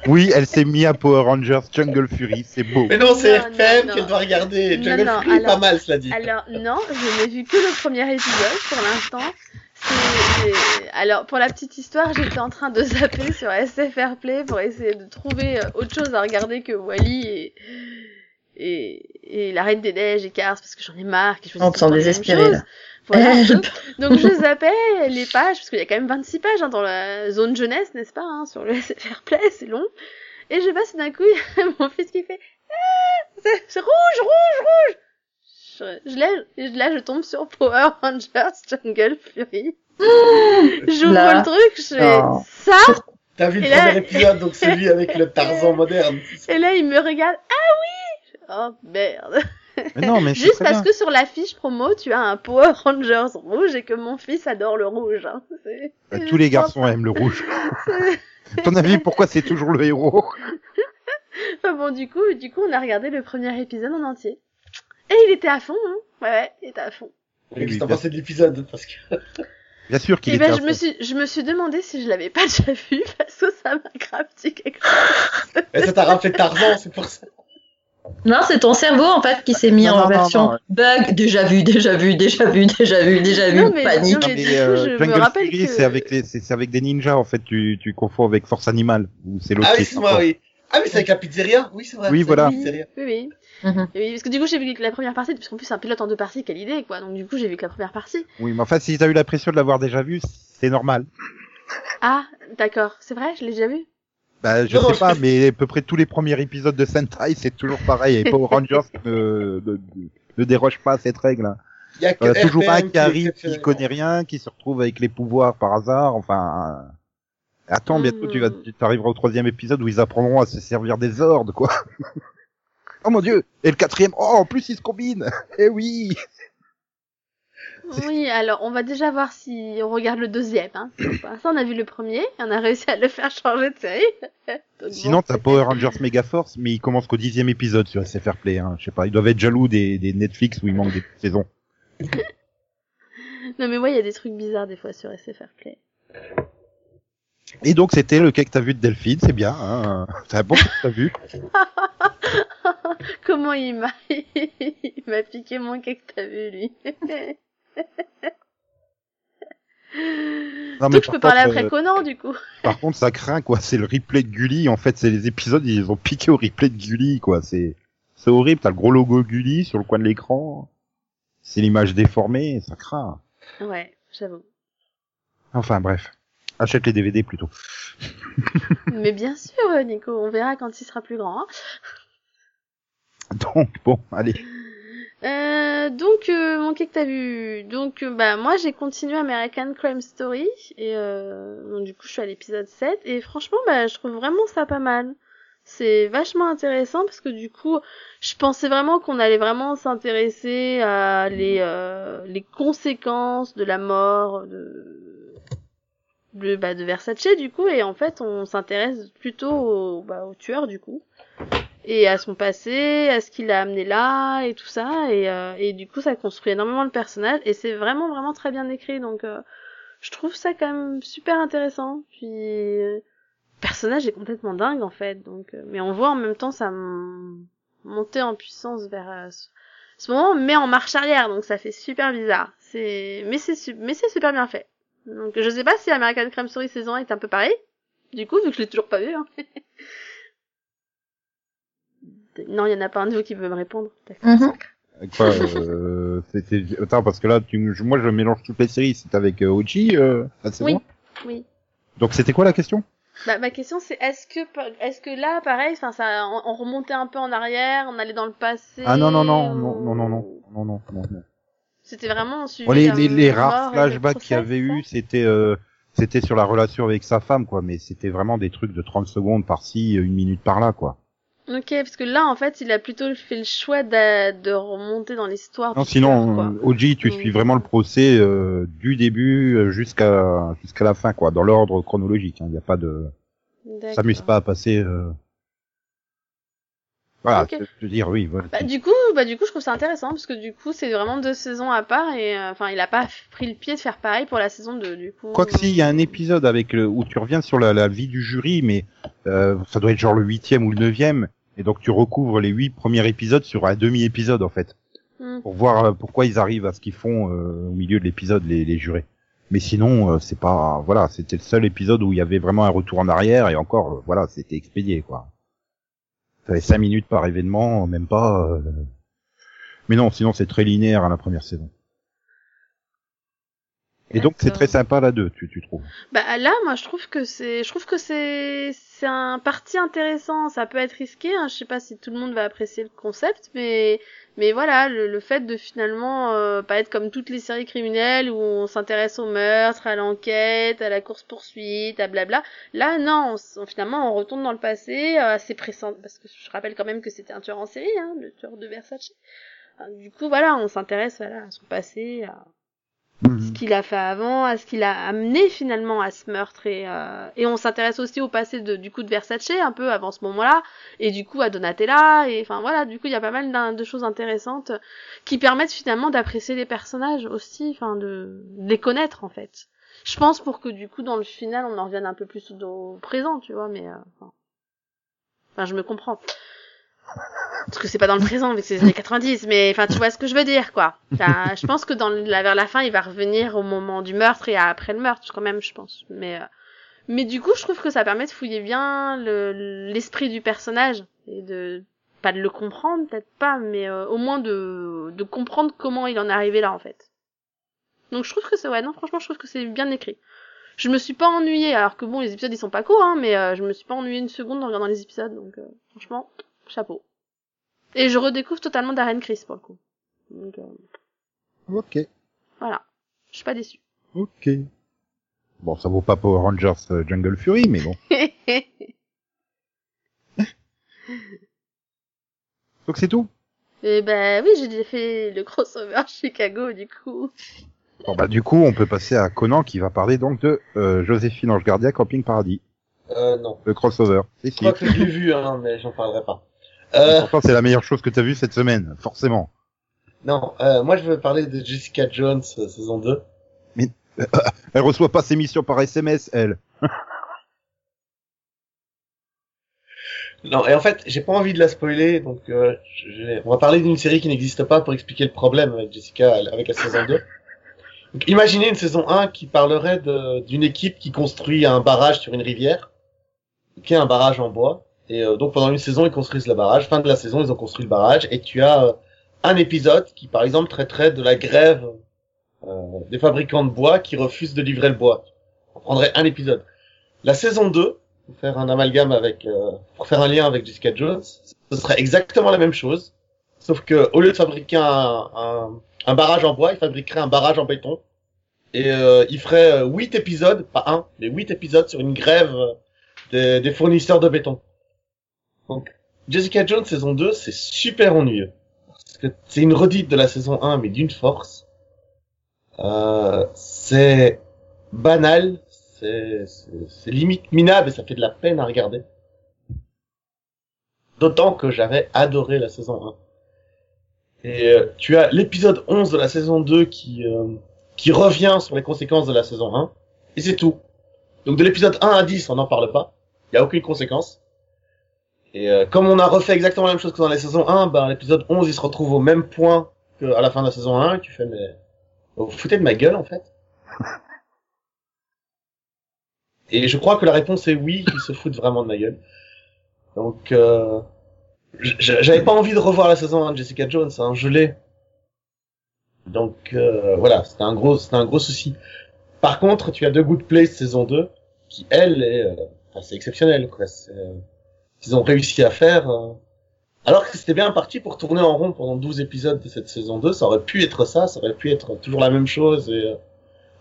Speaker 1: Oui, elle s'est mise à Power Rangers Jungle Fury, c'est beau.
Speaker 3: Mais non, c'est
Speaker 5: Non, non,
Speaker 3: RPM
Speaker 5: non.
Speaker 3: qu'elle doit regarder.
Speaker 5: Non,
Speaker 3: Jungle
Speaker 5: non,
Speaker 3: Fury,
Speaker 5: alors-
Speaker 3: pas mal, cela dit.
Speaker 5: Alors non, je n'ai vu que le premier épisode pour l'instant. C'est- c'est- Alors pour la petite histoire, j'étais en train de zapper sur SFR Play pour essayer de trouver euh, autre chose à regarder que Wally et et, et la Reine des Neiges et Cars parce que j'en ai marre. que je faisais
Speaker 4: On
Speaker 5: tout
Speaker 4: te sent
Speaker 5: le temps la même
Speaker 4: désespéré,
Speaker 5: chose.
Speaker 4: là. [laughs]
Speaker 5: Voilà.
Speaker 4: Help.
Speaker 5: donc, donc je zappais les pages parce qu'il y a quand même 26 pages hein, dans la zone jeunesse, n'est-ce pas, hein, sur le SFR Play, c'est long. Et je passe d'un coup, il y a [laughs] mon fils qui fait Ah c'est c'est rouge, rouge, rouge. Je, je lève, et là je tombe sur Power Rangers Jungle
Speaker 1: [gasps]
Speaker 5: Fury. J'ouvre
Speaker 4: Là.
Speaker 5: le truc, je fais
Speaker 4: Oh.
Speaker 5: ça.
Speaker 3: T'as vu le
Speaker 5: Et là-
Speaker 3: premier épisode, donc celui avec le
Speaker 5: [laughs]
Speaker 3: Tarzan moderne.
Speaker 5: Et là il me regarde. Ah oui. Je fais, Oh merde.
Speaker 1: Mais non, mais c'est
Speaker 5: Juste
Speaker 1: très
Speaker 5: parce
Speaker 1: bien.
Speaker 5: que sur la fiche promo tu as un Power Rangers rouge et que mon fils adore le rouge. hein. C'est-
Speaker 1: Euh,
Speaker 5: c'est
Speaker 1: Tous les
Speaker 5: juste
Speaker 1: garçons aiment le
Speaker 5: [laughs]
Speaker 1: rouge. Ton avis, pourquoi c'est toujours le héros
Speaker 5: Enfin bon, du coup, du coup, on a regardé le premier épisode en entier. Et il était à fond, hein Ouais, ouais, il était à fond.
Speaker 1: Oui, oui,
Speaker 3: Qu'est-ce que t'en
Speaker 1: bien.
Speaker 3: pensais de l'épisode Parce que
Speaker 1: Bien sûr qu'il
Speaker 5: Et
Speaker 1: est
Speaker 5: ben, je me suis, je me suis demandé si je l'avais pas [laughs] déjà vu, parce que ça m'a grave dit quelque chose.
Speaker 3: Eh, ça t'a rappelé Tarzan, c'est pour ça.
Speaker 4: Non, c'est ton cerveau en fait qui s'est mis
Speaker 1: Non,
Speaker 4: en
Speaker 1: non, non,
Speaker 4: version
Speaker 1: non.
Speaker 4: bug. Déjà vu, déjà vu, déjà vu, déjà vu, déjà vu.
Speaker 5: Non, mais-
Speaker 4: panique.
Speaker 5: non, mais du coup, je me
Speaker 1: euh, Jungle
Speaker 5: rappelle
Speaker 1: Fury,
Speaker 5: que-
Speaker 1: c'est avec les, c'est c'est avec des ninjas en fait. Tu, tu confonds avec Force Animale ou c'est l'autre.
Speaker 3: Ah oui,
Speaker 1: qui est
Speaker 3: excuse-moi,
Speaker 1: sympa.
Speaker 3: oui. Ah oui, c'est avec la pizzeria. Oui, c'est vrai.
Speaker 1: Oui,
Speaker 3: c'est
Speaker 1: voilà.
Speaker 3: avec la pizzeria.
Speaker 5: Oui, oui.
Speaker 1: Mm-hmm.
Speaker 4: Mhm.
Speaker 5: Et oui, parce que du coup, j'ai vu que la première partie, parce qu'en plus, c'est un pilote en deux parties, quelle idée, quoi. Donc, du coup, j'ai vu que la première partie.
Speaker 1: Oui, mais enfin, si t'as eu la pression de l'avoir déjà vu, c'est normal.
Speaker 5: Ah, d'accord, c'est vrai, je l'ai déjà vu.
Speaker 1: Bah, je
Speaker 3: Non, non,
Speaker 1: sais
Speaker 3: je- [laughs]
Speaker 1: pas, mais à peu près tous les premiers épisodes de Sentai, c'est toujours pareil. Et Power Rangers
Speaker 3: [laughs]
Speaker 1: ne, ne, ne déroge pas à cette règle. hein.
Speaker 3: Il y a que
Speaker 1: Euh, toujours
Speaker 3: RPM
Speaker 1: un qui arrive, qui
Speaker 3: exceptionnellement-
Speaker 1: connaît rien, qui se retrouve avec les pouvoirs par hasard. Enfin, euh, attends, bientôt tu vas,
Speaker 5: Hmm.
Speaker 1: tu arriveras au troisième épisode où ils apprendront à se servir des ordres, quoi. [laughs] oh mon dieu Et le quatrième, oh, en plus ils se combinent. [laughs] Eh oui.
Speaker 5: Oui, alors, on va déjà voir si on regarde le deuxième,
Speaker 1: [coughs]
Speaker 5: hein. Pour l'instant, on a vu le premier, et on a réussi à le faire changer de série. [laughs] Donc,
Speaker 1: Sinon,
Speaker 5: bon.
Speaker 1: t'as Power Rangers Megaforce, mais il commence qu'au dixième épisode sur SFR Play. Hein. Je sais pas, ils doivent être jaloux des, des Netflix où il manque des saisons.
Speaker 5: Non, mais ouais, il y a des trucs bizarres, des fois, sur SFR Play.
Speaker 1: Et donc, c'était le cas que t'as vu de Delphine, c'est bien. Hein. C'est un bon que t'as vu.
Speaker 5: Comment il m'a, [laughs] il m'a piqué mon cake, t'as vu, lui.
Speaker 1: Non, mais
Speaker 5: Donc je peux
Speaker 1: par
Speaker 5: parler
Speaker 1: contre,
Speaker 5: après
Speaker 1: euh,
Speaker 5: Conan, du coup.
Speaker 1: Par contre, ça craint, quoi. C'est le replay de Gulli. En fait, c'est les épisodes, ils ont piqué au replay de Gulli, quoi. C'est, c'est horrible. T'as le gros logo Gulli sur le coin de l'écran. C'est l'image déformée, ça craint.
Speaker 5: Ouais, j'avoue.
Speaker 1: Enfin, bref. Achète les DVD plutôt. [laughs]
Speaker 5: Mais bien sûr, euh, Nico, on verra quand il sera plus grand. hein.
Speaker 1: Donc, bon, allez.
Speaker 5: Euh, donc, euh, mon cake, t'as vu. Donc, euh, bah, moi, j'ai continué American Crime Story. Et euh, donc, du coup, je suis à l'épisode 7. Et franchement, bah, je trouve vraiment ça pas mal. C'est vachement intéressant parce que du coup, je pensais vraiment qu'on allait vraiment s'intéresser à les, euh, les conséquences de la mort de, de, bah, de Versace du coup, et en fait on s'intéresse plutôt au, bah, au tueur du coup, et à son passé, à ce qui l'a amené là, et tout ça, et, euh, et du coup ça construit énormément le personnage, et c'est vraiment vraiment très bien écrit, donc euh, je trouve ça quand même super intéressant, puis euh, le personnage est complètement dingue en fait, donc euh, mais on voit en même temps ça m- monter en puissance vers euh, ce- ce moment, mais en marche arrière, donc ça fait super bizarre. C'est, mais c'est, su- mais c'est super bien fait. Donc je sais pas si American Crime Story saison 1 est un peu pareil. Du coup, vu que je l'ai toujours pas vu. Hein. non, il y en a pas un de vous qui veut me répondre. D'accord.
Speaker 4: Mhm.
Speaker 1: Quoi, euh, c'était, attends, parce que là, tu, je- moi, je mélange toutes les séries. C'est avec euh, Oji, euh, là, c'est
Speaker 5: Oui.
Speaker 1: bon
Speaker 5: Oui.
Speaker 1: Donc, c'était quoi la question?
Speaker 5: Bah, ma question c'est est-ce que par- est-ce que là pareil, enfin ça on, on remontait un peu en arrière, on allait dans le passé.
Speaker 1: Ah, non, non, non,
Speaker 5: ou-
Speaker 1: non, non, non, non, non, non, non, non.
Speaker 5: C'était vraiment on suivait
Speaker 1: Bon, les,
Speaker 5: la
Speaker 1: les, les
Speaker 5: mort
Speaker 1: rares
Speaker 5: et le
Speaker 1: flashbacks qu'il y
Speaker 5: process,
Speaker 1: avait eu,
Speaker 5: ça
Speaker 1: c'était euh, c'était sur la relation avec sa femme, quoi, mais c'était vraiment des trucs de 30 secondes par-ci, euh, une minute par-là, quoi.
Speaker 5: Ok, parce que là, en fait, il a plutôt fait le choix d'a- de remonter dans l'histoire.
Speaker 1: Non,
Speaker 5: plus tard,
Speaker 1: sinon,
Speaker 5: quoi.
Speaker 1: euh, OG, tu
Speaker 5: Mm.
Speaker 1: suis vraiment le procès euh, du début euh, jusqu'à jusqu'à la fin, quoi, dans l'ordre chronologique. Il n'y a pas de,
Speaker 5: D'accord.
Speaker 1: s'amuse pas à passer. euh, Voilà,
Speaker 5: Ok.
Speaker 1: je veux dire, oui. Voilà.
Speaker 5: Bah, du coup, bah, du coup, je trouve ça intéressant parce que du coup, c'est vraiment deux saisons à part et euh, enfin, il a pas pris le pied de faire pareil pour la saison 2, du coup.
Speaker 1: Quoique si, il y a un épisode avec le, où tu reviens sur la, la vie du jury, mais euh, ça doit être genre le huitième ou le neuvième, et donc tu recouvres les huit premiers épisodes sur un demi-épisode en fait,
Speaker 5: Hmm.
Speaker 1: pour voir euh, pourquoi ils arrivent à ce qu'ils font euh, au milieu de l'épisode les, les jurés. Mais sinon, euh, c'est pas, voilà, c'était le seul épisode où il y avait vraiment un retour en arrière, et encore, euh, voilà, c'était expédié quoi. Ça fait cinq minutes par événement, même pas. euh. Mais non, sinon c'est très linéaire à la première saison. Et donc c'est
Speaker 5: D'accord.
Speaker 1: très sympa la deux, tu, tu trouves
Speaker 5: Bah là, moi, je trouve que c'est, je trouve que c'est, c'est un parti intéressant. Ça peut être risqué. Hein. Je sais pas si tout le monde va apprécier le concept, mais, mais voilà, le, le fait de finalement euh, pas être comme toutes les séries criminelles où on s'intéresse au meurtre, à l'enquête, à la course poursuite, à blabla. Là, non, on s- on- finalement, on retourne dans le passé, euh, assez pressant, parce que je rappelle quand même que c'était un tueur en série, hein, le tueur de Versace. Euh, Du coup, voilà, on s'intéresse voilà, à son passé, à
Speaker 1: Mhm.
Speaker 5: ce qu'il a fait avant, à ce qu'il a amené finalement à ce meurtre et, euh, et on s'intéresse aussi au passé de, du coup de Versace un peu avant ce moment-là et du coup à Donatella et enfin voilà du coup il y a pas mal d'in- de choses intéressantes qui permettent finalement d'apprécier les personnages aussi, enfin de, de les connaître en fait. Je pense pour que du coup dans le final on en revienne un peu plus au présent tu vois mais euh, enfin, enfin, je me comprends parce que c'est pas dans le présent mais c'est les années 90 mais enfin tu vois ce que je veux dire quoi Enfin, je pense que dans la, vers la fin il va revenir au moment du meurtre et à- après le meurtre quand même je pense mais euh, mais du coup je trouve que ça permet de fouiller bien le- l'esprit du personnage et de pas de le comprendre peut-être pas mais euh, au moins de de comprendre comment il en est arrivé là en fait donc je trouve que c'est ouais non franchement je trouve que c'est bien écrit je me suis pas ennuyée alors que bon les épisodes ils sont pas courts hein mais euh, je me suis pas ennuyée une seconde en regardant les épisodes donc euh, franchement chapeau et je redécouvre totalement Darren Chris pour le coup. Donc, euh,
Speaker 1: Ok.
Speaker 5: voilà. Je suis pas déçue.
Speaker 1: Ok. Bon, ça vaut pas Power Rangers euh, Jungle Fury, mais bon. Donc c'est tout.
Speaker 5: Et ben oui, j'ai déjà fait le crossover Chicago du coup.
Speaker 1: Bon bah du coup, on peut passer à Conan qui va parler donc de euh, Joséphine Ange Gardia Camping Paradis,
Speaker 3: Euh, non.
Speaker 1: le crossover. Si
Speaker 3: Je
Speaker 1: si.
Speaker 3: crois que je l'ai vu, hein, mais j'en parlerai pas. Euh,
Speaker 1: Pourtant, c'est la meilleure chose que t'as vue cette semaine, forcément.
Speaker 3: non, euh, moi je veux parler de Jessica Jones, euh, saison 2.
Speaker 1: Elle reçoit pas ses missions par SMS, elle.
Speaker 3: Non, et en fait, j'ai pas envie de la spoiler, donc euh, je- je- on va parler d'une série qui n'existe pas pour expliquer le problème avec Jessica, avec la saison 2. Donc, imaginez une saison 1 qui parlerait de- d'une équipe qui construit un barrage sur une rivière, qui est un barrage en bois, et euh, donc pendant une saison, ils construisent le barrage, fin de la saison, ils ont construit le barrage, et tu as euh, un épisode qui, par exemple, traiterait de la grève euh, des fabricants de bois qui refusent de livrer le bois. On prendrait un épisode. La saison 2, pour faire un amalgame avec, euh, pour faire un lien avec Jessica Jones, ce serait exactement la même chose, sauf que au lieu de fabriquer un, un, un barrage en bois, il fabriquerait un barrage en béton et euh, il ferait euh, huit épisodes, pas un, mais huit épisodes sur une grève euh, des, des fournisseurs de béton. Donc Jessica Jones saison 2, c'est super ennuyeux parce que c'est une redite de la saison 1, mais d'une force. Euh, c'est banal, c'est c'est- c'est limite minable et ça fait de la peine à regarder. D'autant que j'avais adoré la saison 1. Et euh, tu as l'épisode 11 de la saison 2 qui, euh, qui revient sur les conséquences de la saison 1, et c'est tout. Donc de l'épisode 1 à 10, on n'en parle pas, il n'y a aucune conséquence. Et euh, comme on a refait exactement la même chose que dans la saison 1, ben, l'épisode 11 il se retrouve au même point qu'à la fin de la saison 1, et tu fais mais... Vous vous foutez de ma gueule en fait Et je crois que la réponse est oui, ils se foutent vraiment de ma gueule. Donc, euh, j- j- j'avais pas envie de revoir la saison 1 de Jessica Jones, hein, je l'ai. Donc euh, voilà, c'était un gros, c'était un gros souci. Par contre, tu as deux Good Place saison 2, qui elle est, euh, enfin, c'est exceptionnel quoi. c'est, euh, Ils ont réussi à faire, euh, alors que c'était bien parti pour tourner en rond pendant 12 épisodes de cette saison 2, ça aurait pu être ça, ça aurait pu être toujours la même chose et euh,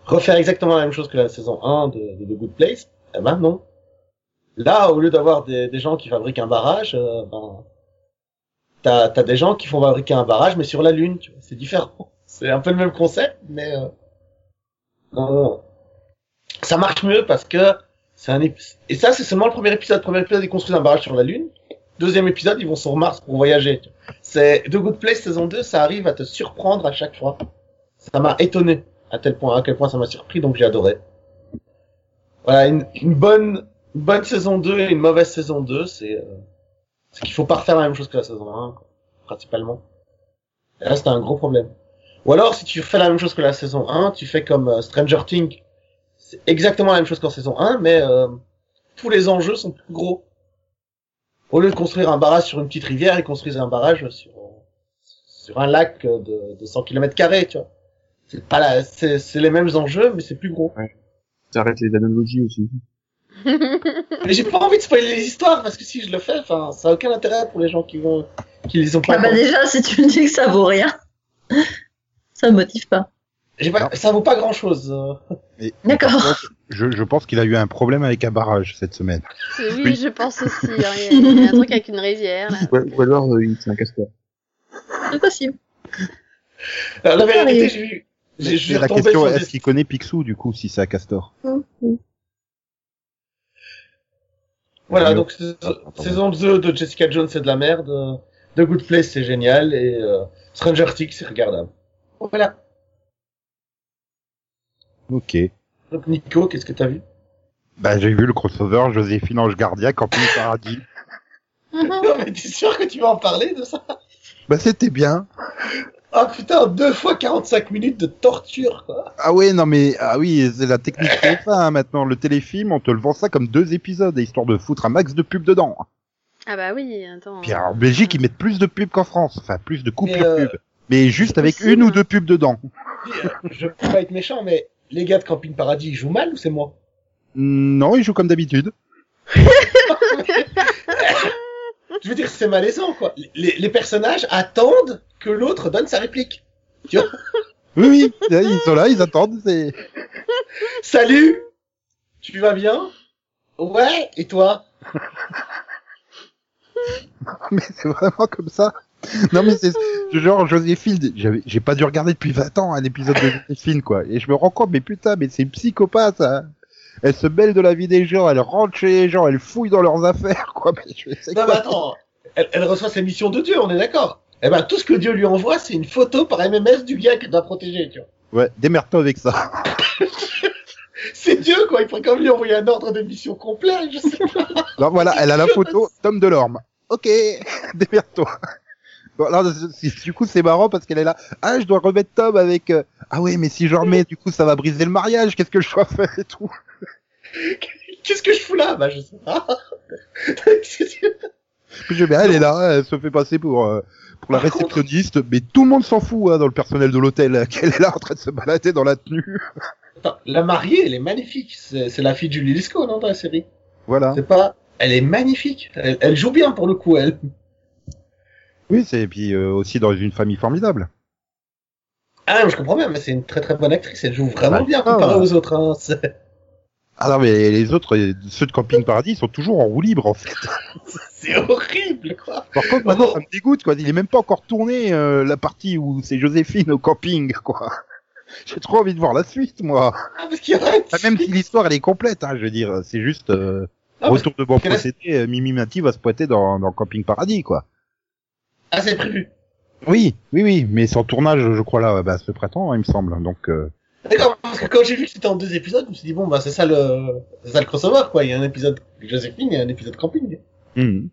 Speaker 3: refaire exactement la même chose que la saison 1 de, de The Good Place, eh ben non. Là, au lieu d'avoir des, des gens qui fabriquent un barrage, euh, ben, t'as t'as des gens qui font fabriquer un barrage, mais sur la Lune, tu vois, c'est différent. [laughs] C'est un peu le même concept, mais euh, non, non, non. ça marche mieux parce que c'est un ép- et ça c'est seulement le premier épisode. Le premier épisode ils construisent un barrage sur la Lune. Deuxième épisode ils vont sur Mars pour voyager. tu vois. C'est The Good Place saison 2, ça arrive à te surprendre à chaque fois. Ça m'a étonné à tel point à quel point ça m'a surpris donc j'ai adoré. Voilà une, une bonne une bonne saison 2 et une mauvaise saison 2 c'est euh, c'est qu'il faut pas refaire la même chose que la saison 1 quoi, principalement. Et là c'est un gros problème. Ou alors si tu fais la même chose que la saison 1, tu fais comme euh, Stranger Things. C'est exactement la même chose qu'en saison 1 mais euh, tous les enjeux sont plus gros. Au lieu de construire un barrage sur une petite rivière, ils construisent un barrage sur euh, sur un lac euh, de, de 100 km carrés, tu vois. C'est pas la, c'est, c'est les mêmes enjeux, mais c'est plus gros.
Speaker 2: T'arrêtes les analogies aussi.
Speaker 3: Mais j'ai pas envie de spoiler les histoires parce que si je le fais, enfin, ça a aucun intérêt pour les gens qui vont, qui les ont pas.
Speaker 4: Ah bah
Speaker 3: encore-
Speaker 4: déjà, si tu me dis que ça vaut rien, [laughs] ça me motive pas.
Speaker 3: J'ai pas, ça vaut pas euh. grand chose.
Speaker 1: Mais-
Speaker 4: D'accord.
Speaker 1: par contre, Je, je pense qu'il a eu un problème avec un barrage cette semaine.
Speaker 5: C'est- Oui, je pense aussi. hein,
Speaker 1: [laughs]
Speaker 5: Il y, a- il y a un truc avec une rivière. là.
Speaker 2: Ou, ou alors, euh, il- c'est un casteur.
Speaker 4: C'est possible.
Speaker 3: La
Speaker 4: Allez.
Speaker 3: vérité, j'ai vu, j'ai,
Speaker 1: Mais-
Speaker 3: j'ai
Speaker 1: mais la
Speaker 3: retombé
Speaker 1: question
Speaker 3: sur
Speaker 1: est
Speaker 3: des-
Speaker 1: est-ce qu'il connaît Picsou du coup si c'est à Castor
Speaker 3: Voilà,
Speaker 1: Mais-
Speaker 3: donc saison-
Speaker 1: Ah, pardon.
Speaker 3: saison 2 de Jessica Jones, c'est de la merde. euh, The Good Place, c'est génial. Et euh, Stranger Things, c'est regardable. Voilà.
Speaker 1: Ok.
Speaker 3: Donc Nico, qu'est-ce que t'as vu
Speaker 1: Bah j'ai vu le crossover Joséphine Ange Gardiac en plus paradis.
Speaker 3: Non mais t'es sûr que tu vas en parler de ça
Speaker 1: Bah c'était bien.
Speaker 3: Ah putain, deux fois 45 minutes de torture quoi.
Speaker 1: Ah ouais non mais ah oui c'est la technique c'est ça hein, maintenant le téléfilm on te le vend ça comme deux épisodes histoire de foutre un max de pubs dedans.
Speaker 5: Ah bah oui, attends.
Speaker 1: Puis en Belgique ils mettent plus de pubs qu'en France enfin plus de coupures
Speaker 3: Mais, euh,
Speaker 1: pubs mais juste avec
Speaker 5: possible,
Speaker 1: une ou
Speaker 5: hein.
Speaker 1: deux pubs dedans.
Speaker 3: je veux pas être méchant, mais les gars de Camping Paradis, ils jouent mal ou c'est moi
Speaker 1: Non ils jouent comme d'habitude.
Speaker 3: Je veux dire, c'est malaisant, quoi. Les, les personnages attendent que l'autre donne sa réplique. Tu vois
Speaker 1: Oui oui ils sont là ils attendent c'est [laughs]
Speaker 3: Salut Tu vas bien Ouais, et toi
Speaker 1: mais c'est vraiment comme ça. Non mais c'est c'est genre Joséphine, j'avais- j'ai pas dû regarder depuis 20 ans un épisode de Joséphine quoi. Et je me rends compte mais putain mais c'est une psychopathe. hein. Elle se mêle de la vie des gens, elle rentre chez les gens, elle fouille dans leurs affaires quoi. [laughs] Mais je sais
Speaker 3: Non, bah. mais
Speaker 1: quoi.
Speaker 3: attends, elle, elle reçoit ses missions de Dieu, on est d'accord Eh ben, tout ce que Dieu lui envoie, c'est une photo par MMS du gars qu'elle doit protéger, tu vois.
Speaker 1: Ouais, démerde-toi avec ça.
Speaker 3: C'est Dieu, quoi, il pourrait quand même lui envoyer un ordre de mission complet, je sais pas. [laughs]
Speaker 1: Non voilà, elle a la photo Tom Delorme. Ok, [laughs] démerde-toi. Bon, alors, c'est- du coup, c'est marrant parce qu'elle est là. Ah, je dois remettre Tom avec. euh, Ah ouais, mais si je remets, du coup, ça va briser le mariage. Qu'est-ce que je dois faire et tout.
Speaker 3: Qu'est-ce que je fous là Bah, je sais pas. [laughs]
Speaker 1: Puis je vais, elle est là, hein, elle se fait passer pour euh, pour la
Speaker 3: Par contre-
Speaker 1: réceptionniste, mais tout le monde s'en fout hein, dans le personnel de l'hôtel [laughs] euh, qu'elle est là en train de se balader dans la tenue.
Speaker 3: Attends, la mariée, elle est magnifique. C'est c'est la fille de Julie Lescaut, non, dans la série
Speaker 1: Voilà.
Speaker 3: C'est pas. Elle est magnifique. Elle, elle joue bien pour le coup, elle.
Speaker 1: Oui, c'est et puis euh, aussi dans une famille formidable.
Speaker 3: Ah, mais je comprends bien, mais c'est une très très bonne actrice. Elle joue vraiment
Speaker 1: Ouais.
Speaker 3: bien
Speaker 1: Ah,
Speaker 3: comparée
Speaker 1: ouais.
Speaker 3: aux autres. Hein. C'est-
Speaker 1: Ah non, mais les autres, euh, ceux de Camping Paradis, ils sont toujours en roue libre en fait.
Speaker 3: [laughs] C'est horrible, quoi.
Speaker 1: Par contre, moi, ça me dégoûte quoi. Il est même pas encore tourné euh, la partie où c'est Joséphine au camping quoi. [laughs] J'ai trop envie de voir la suite moi.
Speaker 3: Ah, parce qu'il y aurait.
Speaker 1: Enfin, même si l'histoire elle est complète, hein, je veux dire, c'est juste euh,
Speaker 3: Ah, parce
Speaker 1: retour de bon
Speaker 3: que là-
Speaker 1: procédé. euh, Mimi Mati va se pointer dans, dans Camping Paradis quoi.
Speaker 3: Ah, c'est prévu.
Speaker 1: Oui, oui, oui, mais sans tournage, je crois là, bah, ce printemps, hein, il me semble. Donc, euh,
Speaker 3: D'accord, parce que quand j'ai vu que c'était en deux épisodes, je me suis dit, bon, bah, c'est ça le, c'est ça le crossover, quoi. Il y a un épisode Joséphine et un épisode Camping. Mhm.
Speaker 1: hmm.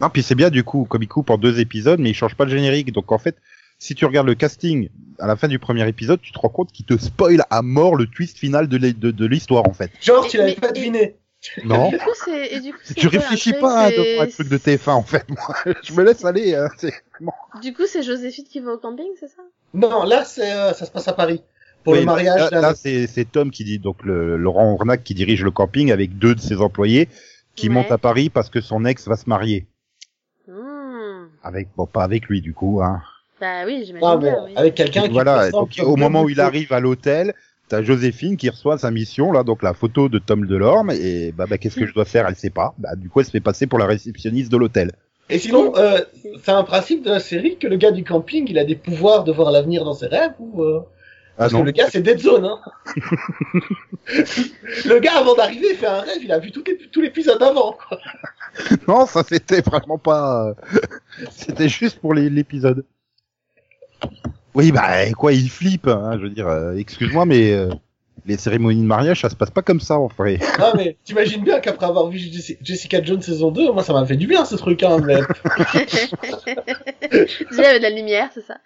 Speaker 1: non, puis c'est bien du coup, comme il coupe en deux épisodes, mais il change pas le générique. Donc en fait, si tu regardes le casting à la fin du premier épisode, tu te rends compte qu'il te spoil à mort le twist final de l'hi- de de l'histoire en fait.
Speaker 3: Genre, tu
Speaker 5: Mais-
Speaker 3: l'avais
Speaker 5: mais-
Speaker 3: pas deviné.
Speaker 1: Non.
Speaker 5: Et du coup, c'est. et du coup,
Speaker 1: [laughs]
Speaker 5: c'est
Speaker 1: Tu
Speaker 5: quoi,
Speaker 1: réfléchis
Speaker 5: un
Speaker 1: pas hein, à
Speaker 5: truc,
Speaker 1: un
Speaker 5: c'est-
Speaker 1: truc de TF1 en fait. [laughs] Moi, je me laisse aller. hein, c'est-
Speaker 5: Du coup, c'est Joséphine qui va au camping, c'est ça
Speaker 3: Non, là, c'est, euh, ça se passe à Paris. Pour
Speaker 1: Oui,
Speaker 3: le mariage
Speaker 1: Là,
Speaker 3: d'un.
Speaker 1: là, c'est c'est Tom qui dit donc le, Laurent Ornac qui dirige le camping avec deux de ses employés qui
Speaker 5: Ouais.
Speaker 1: montent à Paris parce que son ex va se marier.
Speaker 5: Hmm.
Speaker 1: Avec bon, pas avec lui du coup. Hein.
Speaker 5: Bah oui, j'imagine
Speaker 3: Ah, mais
Speaker 5: bien. oui.
Speaker 3: avec quelqu'un qui.
Speaker 1: voilà,
Speaker 3: ressemble
Speaker 1: donc
Speaker 3: comme
Speaker 1: au moment où
Speaker 3: Dieu.
Speaker 1: il arrive à l'hôtel, T'as Joséphine qui reçoit sa mission là, donc la photo de Tom Delorme et bah, bah qu'est-ce que je dois faire Elle sait pas. Bah du coup elle se fait passer pour la réceptionniste de l'hôtel.
Speaker 3: Et sinon, euh, c'est un principe de la série que le gars du camping, il a des pouvoirs de voir l'avenir dans ses rêves ou euh,
Speaker 1: Ah
Speaker 3: Parce
Speaker 1: non. [laughs]
Speaker 3: que le gars, c'est Dead Zone. Hein. [laughs] le gars, avant d'arriver, il fait un rêve, il a vu tout, l'ép- tout l'épisode avant. Quoi.
Speaker 1: Non, ça c'était vraiment pas. euh, c'était juste pour les- l'épisode. Oui, bah quoi, il flippe. Hein, je veux dire, euh, excuse-moi, mais euh, les cérémonies de mariage, ça se passe pas comme ça en vrai.
Speaker 3: Ah, mais t'imagines bien qu'après avoir vu Jessi- Jessica Jones saison 2, moi, ça m'a fait du bien, ce truc, hein, mais
Speaker 5: [laughs]
Speaker 3: [laughs]
Speaker 5: Déjà, avec de la lumière, c'est ça.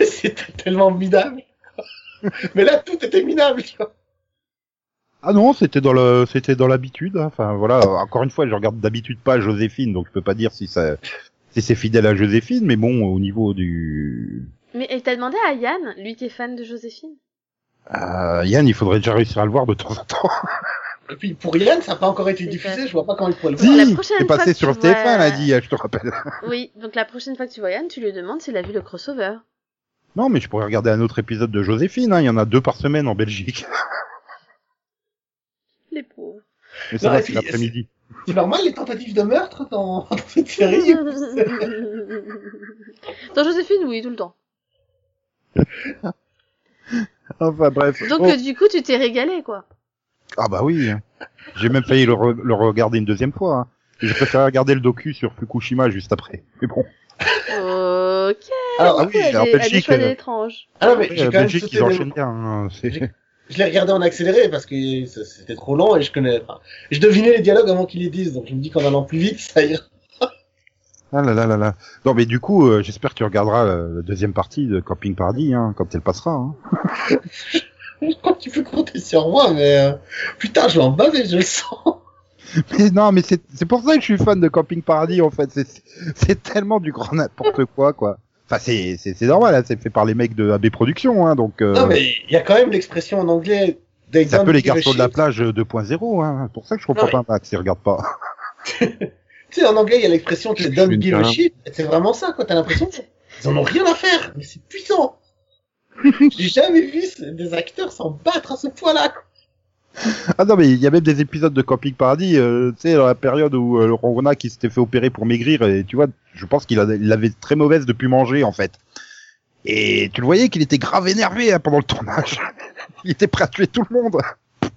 Speaker 3: c'était tellement minable. [laughs] mais là, tout était minable, tu vois.
Speaker 1: Ah non, c'était dans le, c'était dans l'habitude. hein. Enfin voilà, euh, encore une fois, je regarde d'habitude pas Joséphine, donc je peux pas dire si ça, si c'est fidèle à Joséphine, mais bon, au niveau du,
Speaker 5: Mais et t'as demandé à Yann, lui qui est fan de Joséphine
Speaker 1: Euh, Yann, il faudrait déjà réussir à le voir de temps en temps.
Speaker 3: Et puis, pour Yann, ça n'a pas encore été
Speaker 5: C'est
Speaker 3: diffusé,
Speaker 5: clair.
Speaker 3: je vois pas quand il pourrait le voir.
Speaker 5: la
Speaker 1: [laughs] Si,
Speaker 5: prochaine
Speaker 1: c'est
Speaker 5: fois
Speaker 1: passé
Speaker 5: que
Speaker 1: sur
Speaker 5: tu vois- euh,
Speaker 1: TF1, lundi, hein, je te rappelle.
Speaker 5: Oui, donc la prochaine fois que tu vois Yann, tu lui demandes s'il a vu le crossover.
Speaker 1: Non, mais je pourrais regarder un autre épisode de Joséphine. hein. Il y en a deux par semaine en Belgique. [laughs]
Speaker 5: Les pauvres.
Speaker 1: Mais ça
Speaker 3: Non,
Speaker 1: va,
Speaker 3: et
Speaker 1: c'est
Speaker 3: puis,
Speaker 1: l'après-midi.
Speaker 3: C'est normal, les tentatives de meurtre dans, [laughs] dans cette série.
Speaker 5: Dans Joséphine, oui, tout le temps.
Speaker 1: Enfin bref.
Speaker 5: Donc
Speaker 1: Oh.
Speaker 5: euh, du coup, tu t'es régalé, quoi.
Speaker 1: Ah bah oui. hein. J'ai même failli le, re- le regarder une deuxième fois. Hein. J'ai préféré regarder le docu sur Fukushima juste après. Mais bon.
Speaker 5: Ok.
Speaker 3: Alors,
Speaker 1: Ah oui,
Speaker 5: elle
Speaker 1: en
Speaker 5: est- elle est
Speaker 1: Belgique,
Speaker 5: choix
Speaker 1: euh,
Speaker 5: étrange.
Speaker 3: Ah non, mais j'ai
Speaker 1: la
Speaker 3: quand même
Speaker 1: euh, Belgique,
Speaker 3: sauté
Speaker 1: ils
Speaker 3: des-
Speaker 1: enchaînent bien. hein. C'est-
Speaker 3: J'ai- Je l'ai regardé en accéléré parce que ça- c'était trop lent et je connais. enfin, je devinais les dialogues avant qu'ils les disent, donc je me dis qu'en allant plus vite, ça ira.
Speaker 1: [laughs] Ah là là là là. Non mais du coup, euh, j'espère que tu regarderas euh, la deuxième partie de Camping Paradis hein, quand elle passera. Hein. [laughs]
Speaker 3: Je crois que tu peux compter sur moi, mais euh, putain, je vais en baver, je le sens.
Speaker 1: Mais non, mais c'est c'est pour ça que je suis fan de Camping Paradis en fait. C'est- C'est tellement du grand n'importe quoi quoi. Enfin c'est c'est c'est normal, hein, c'est fait par les mecs de AB Productions, hein, donc euh,
Speaker 3: Non, mais il y a quand même l'expression en anglais. They
Speaker 1: c'est un
Speaker 3: don't
Speaker 1: peu les
Speaker 3: give a
Speaker 1: garçons de la
Speaker 3: shit.
Speaker 1: plage 2.0. Hein. C'est Pour ça que je comprends
Speaker 3: Non, mais-
Speaker 1: pas Max, il regarde pas.
Speaker 3: Tu sais, en anglais, il y a l'expression qui est
Speaker 2: Je
Speaker 3: don't
Speaker 2: suis une
Speaker 3: give a
Speaker 2: tarade.
Speaker 3: shit. Et C'est vraiment ça, quoi. T'as l'impression qu'ils en ont rien à faire, mais c'est
Speaker 1: [laughs]
Speaker 3: puissant. J'ai jamais vu ce- des acteurs s'en battre à ce point-là, quoi.
Speaker 1: Ah non mais il y a même des épisodes de Camping Paradis, euh, tu sais dans la période où euh, le Rona qui s'était fait opérer pour maigrir et tu vois, je pense qu'il a- il avait très mauvaise depuis manger en fait. Et tu le voyais qu'il était grave énervé hein, pendant le tournage. [laughs] il était prêt à tuer tout le monde.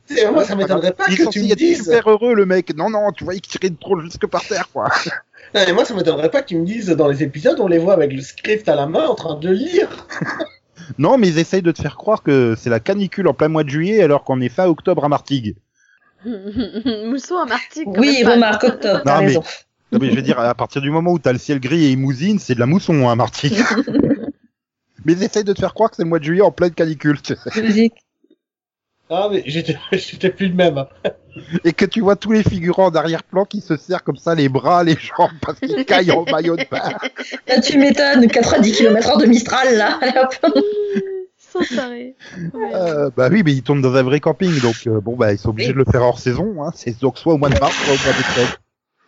Speaker 3: Tu sais, moi, ça m'étonnerait pas
Speaker 1: Il est
Speaker 3: que
Speaker 1: censé
Speaker 3: tu me
Speaker 1: être
Speaker 3: dises.
Speaker 1: super heureux le mec. Non non, tu voyais qu'il tirait une troll jusque par terre quoi.
Speaker 3: Non, mais moi, ça m'étonnerait pas que tu me dises dans les épisodes, on les voit avec le script à la main en train de lire.
Speaker 1: Non mais ils essayent de te faire croire que c'est la canicule en plein mois de juillet alors qu'on est fin octobre à Martigues.
Speaker 5: [laughs] Mousseau en Arctique. quand
Speaker 4: Oui,
Speaker 5: même pas.
Speaker 4: remarque, Octobre, t'as
Speaker 1: Non, mais-
Speaker 4: raison.
Speaker 1: Non mais je veux dire, à partir du moment où t'as le ciel gris et limousine, c'est de la mousson hein, à Martigues. [laughs] mais ils essayent de te faire croire que c'est le mois de juillet en pleine canicule. tu sais.
Speaker 4: Logique.
Speaker 3: Ah, mais j'étais, [laughs] j'étais plus le même. hein.
Speaker 1: Et que tu vois tous les figurants d'arrière-plan qui se serrent comme ça les bras, les jambes, parce qu'ils caillent en maillot de bain.
Speaker 5: [laughs]
Speaker 4: Là, tu m'étonnes, 90 km heure de Mistral, là. [laughs] Allez, hop.
Speaker 5: Sans taré. Ouais.
Speaker 1: Euh, bah oui, mais ils tombent dans un vrai camping, donc euh, bon bah ils sont obligés de le faire hors saison. Hein. C'est donc soit au mois de mars, soit au mois d'octobre.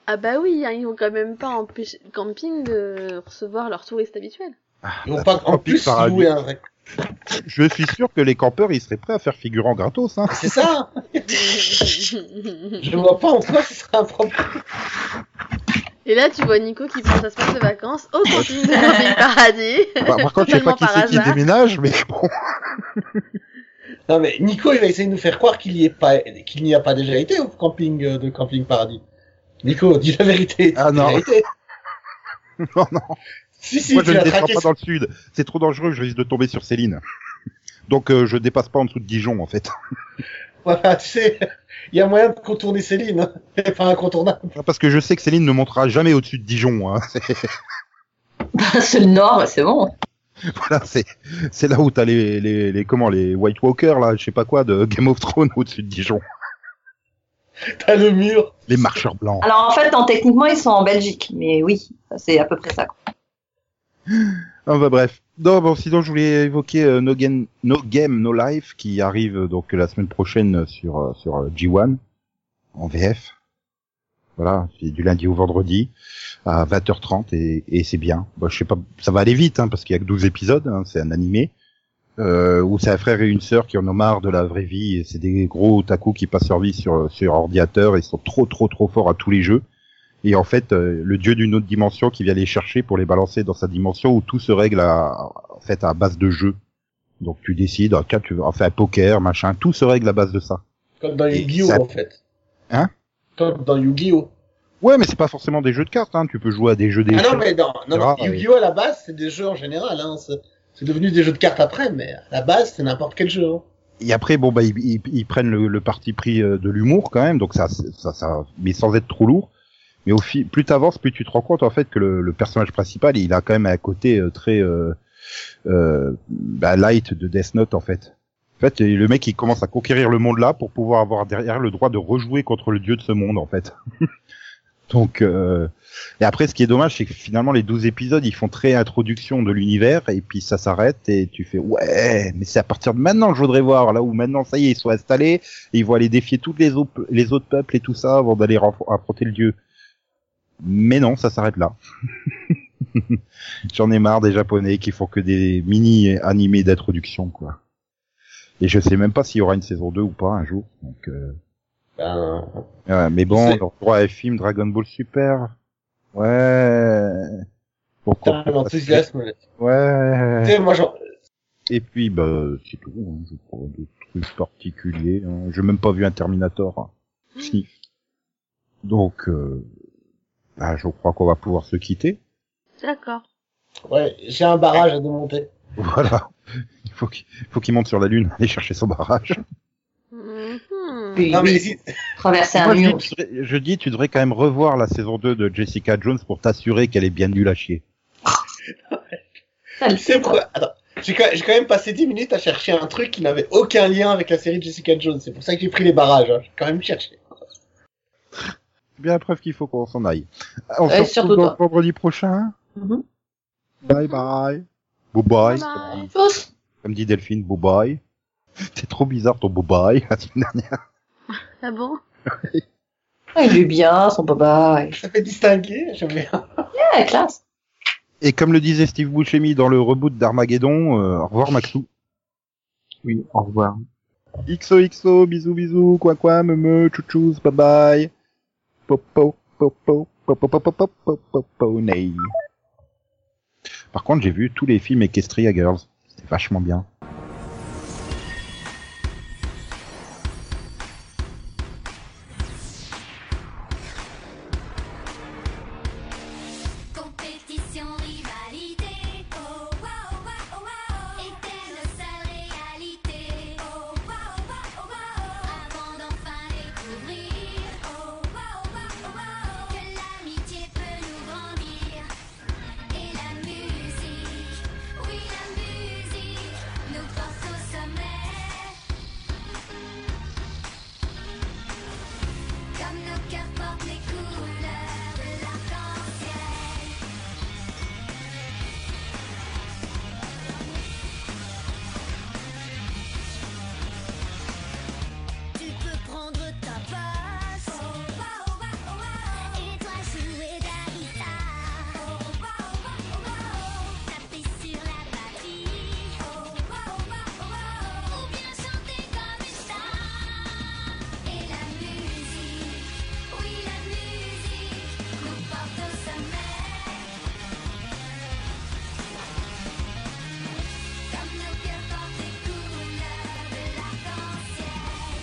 Speaker 5: Ah bah oui, hein, ils vont quand même pas empêcher le camping de recevoir leurs
Speaker 1: [laughs]
Speaker 5: touristes habituels.
Speaker 3: Ils
Speaker 1: Ah,
Speaker 3: ont pas, en
Speaker 1: tant pis,
Speaker 3: plus,
Speaker 1: par
Speaker 3: ils louaient un vrai.
Speaker 1: Je suis sûr que les campeurs, ils seraient prêts à faire figurant gratos. Hein.
Speaker 3: C'est ça. hein. Je
Speaker 5: Et
Speaker 3: vois pas en quoi ce serait un problème.
Speaker 5: là, tu vois Nico qui prend sa semaine de vacances au camping de camping
Speaker 1: [laughs]
Speaker 5: paradis.
Speaker 1: Bah, par contre, je sais pas
Speaker 5: Totalement
Speaker 1: qui
Speaker 5: par
Speaker 1: c'est qui
Speaker 5: hasard.
Speaker 1: déménage, mais bon.
Speaker 3: Non, mais Nico, il va essayer de nous faire croire qu'il y est pas, qu'il n'y a pas déjà été au camping euh, de Camping Paradis. Nico, dis la vérité.
Speaker 1: Ah,
Speaker 3: dis la
Speaker 1: non.
Speaker 3: vérité.
Speaker 1: [laughs] Non, non.
Speaker 3: Si, si,
Speaker 1: Moi,
Speaker 3: tu
Speaker 1: je ne
Speaker 3: vas
Speaker 1: descends
Speaker 3: traquer.
Speaker 1: pas dans le sud. C'est trop dangereux, je risque de tomber sur Céline. Donc, euh, je dépasse pas en dessous de Dijon, en fait. [laughs]
Speaker 3: Voilà, tu sais, il y a moyen de contourner Céline. hein. Enfin, incontournable.
Speaker 1: Parce que je sais que Céline ne montera jamais au-dessus de Dijon. Hein. [laughs] C'est-
Speaker 4: C'est le Nord, c'est bon.
Speaker 1: Voilà, c'est c'est là où t'as les, les, les comment les White Walkers là, je sais pas quoi de Game of Thrones au-dessus de Dijon.
Speaker 3: T'as le mur.
Speaker 1: Les marcheurs blancs.
Speaker 4: Alors, en fait, non, techniquement, ils sont en Belgique, mais oui, c'est à peu près ça. quoi.
Speaker 1: Ah bah bref. Non, bon, sinon je voulais évoquer euh, no, Game, no Game No Life qui arrive euh, donc la semaine prochaine sur euh, sur euh, G1 en VF. Voilà, c'est du lundi au vendredi à 20h30 et, et c'est bien. Bah, je sais pas, ça va aller vite hein, parce qu'il y a que 12 épisodes, hein, c'est un animé. euh, où c'est un frère et une sœur qui en ont marre de la vraie vie. et C'est des gros otaku qui passent leur vie sur, sur ordinateur et ils sont trop trop trop forts à tous les jeux. Et en fait, euh, le dieu d'une autre dimension qui vient les chercher pour les balancer dans sa dimension où tout se règle à, en fait à base de jeu. Donc tu décides, ah, tiens, tu veux enfin poker, machin, tout se règle à base de ça.
Speaker 3: Comme dans
Speaker 1: Et
Speaker 3: Yu-Gi-Oh
Speaker 1: ça-
Speaker 3: en fait.
Speaker 1: Hein
Speaker 3: Comme dans Yu-Gi-Oh.
Speaker 1: Ouais, mais c'est pas forcément des jeux de cartes. Hein. Tu peux jouer à des jeux
Speaker 3: Ah
Speaker 1: d'échecs.
Speaker 3: non mais non, non,
Speaker 1: Ah,
Speaker 3: non, Yu-Gi-Oh à la base c'est des jeux en général. Hein. C'est c'est devenu des jeux de cartes après, mais à la base c'est n'importe quel jeu. Hein.
Speaker 1: Et après, bon bah ils, ils- ils prennent le, le parti pris euh, de l'humour quand même, donc ça, ça, ça, mais sans être trop lourd. Mais au fil, plus t'avances, plus tu te rends compte en fait que le, le personnage principal, il a quand même un côté euh, très euh, euh, bah, light de Death Note en fait. En fait, et le mec il commence à conquérir le monde là pour pouvoir avoir derrière le droit de rejouer contre le dieu de ce monde en fait. [laughs] donc euh, et après, ce qui est dommage, c'est que finalement les 12 épisodes, ils font très introduction de l'univers et puis ça s'arrête et tu fais ouais, mais c'est à partir de maintenant que je voudrais voir là où maintenant ça y est, ils sont installés, et ils vont aller défier toutes les, au- les autres peuples et tout ça avant d'aller renf- affronter le dieu. Mais non, ça s'arrête là. [laughs] J'en ai marre des japonais qui font que des mini animés d'introduction quoi. Et je sais même pas s'il y aura une saison 2 ou pas un jour. Donc euh,
Speaker 3: Ben,
Speaker 1: Ouais, mais bon,
Speaker 3: C'est-
Speaker 1: leur droit à un film Dragon Ball Super. Ouais. Pour qu'on peut
Speaker 3: putain,
Speaker 1: passer-
Speaker 3: l'enthousiasme. là. Tu
Speaker 1: Ouais.
Speaker 3: sais, moi, j'en-
Speaker 1: Et puis, bah, c'est tout. hein. Je crois de trucs particuliers. hein. J'ai même pas vu un Terminator. hein. Si. Donc, euh, bah, je crois qu'on va pouvoir se quitter. [laughs]
Speaker 5: D'accord.
Speaker 3: ouais, j'ai un barrage à démonter.
Speaker 1: Voilà. Il faut qu'il faut qu'il monte sur la lune, aller chercher son barrage.
Speaker 5: Mhm.
Speaker 4: Oui,
Speaker 3: Non mais
Speaker 4: oui,
Speaker 3: si-
Speaker 4: traverser
Speaker 1: Moi,
Speaker 4: un
Speaker 1: je,
Speaker 4: mur.
Speaker 1: dis, tu devrais- je dis, tu devrais quand même revoir la saison 2 de Jessica Jones pour t'assurer qu'elle est bien nulle à chier.
Speaker 4: Ça, le
Speaker 3: c'est
Speaker 4: titre.
Speaker 3: pour... Attends, j'ai quand j'ai quand même passé 10 minutes à chercher un truc qui n'avait aucun lien avec la série de Jessica Jones. C'est pour ça que j'ai pris les barrages. Hein. J'ai quand même cherché.
Speaker 1: C'est bien la preuve qu'il faut qu'on s'en aille. Euh, On
Speaker 4: Ouais,
Speaker 1: se
Speaker 4: surtout
Speaker 1: retrouve
Speaker 4: toi.
Speaker 1: donc vendredi prochain.
Speaker 4: Mhm.
Speaker 1: Bye bye. Bye bye.
Speaker 5: Bye bye.
Speaker 4: Ouf.
Speaker 1: Comme dit Delphine, bye bye. [laughs] C'est trop bizarre ton bye bye [laughs] la semaine dernière.
Speaker 5: Ah bon
Speaker 4: Ah, il est bien, son papa. Il
Speaker 3: Ça fait distinguer, j'aime bien.
Speaker 4: est classe.
Speaker 1: Et comme le disait Steve Buscemi dans le reboot d'Armageddon, euh, au revoir Maxou.
Speaker 2: Oui, au revoir.
Speaker 1: XOXO, bisous bisous, quoi quoi, me me, chouchous, bye bye. Popo, popo, popo, popo, popo, popo, popo, nay. Par contre, j'ai vu tous les films Equestria Girls. C'était vachement bien.
Speaker 6: Compétition, rivalité, oh wow wow wow, était le seule réalité, oh wow wow wow, avant d'enfin découvrir, oh wow wow wow, que l'amitié peut nous grandir, et la musique, oui la musique, nous porte au sommet. Comme nos cœurs portent les couleurs de l'arc-en-ciel Tu peux prendre ta passe Et toi jouer la guitare Taper sur la batterie Ou bien chanter comme une star et la musique, oui la musique, nous porte au sommet Comme nos cœurs portent les couleurs de l'arc-en-ciel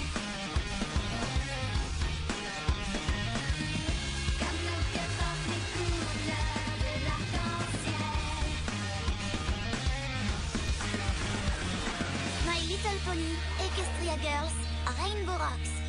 Speaker 6: Comme nos cœurs portent les couleurs de l'arc-en-ciel My Little Pony, Equestria Girls, Rainbow Rocks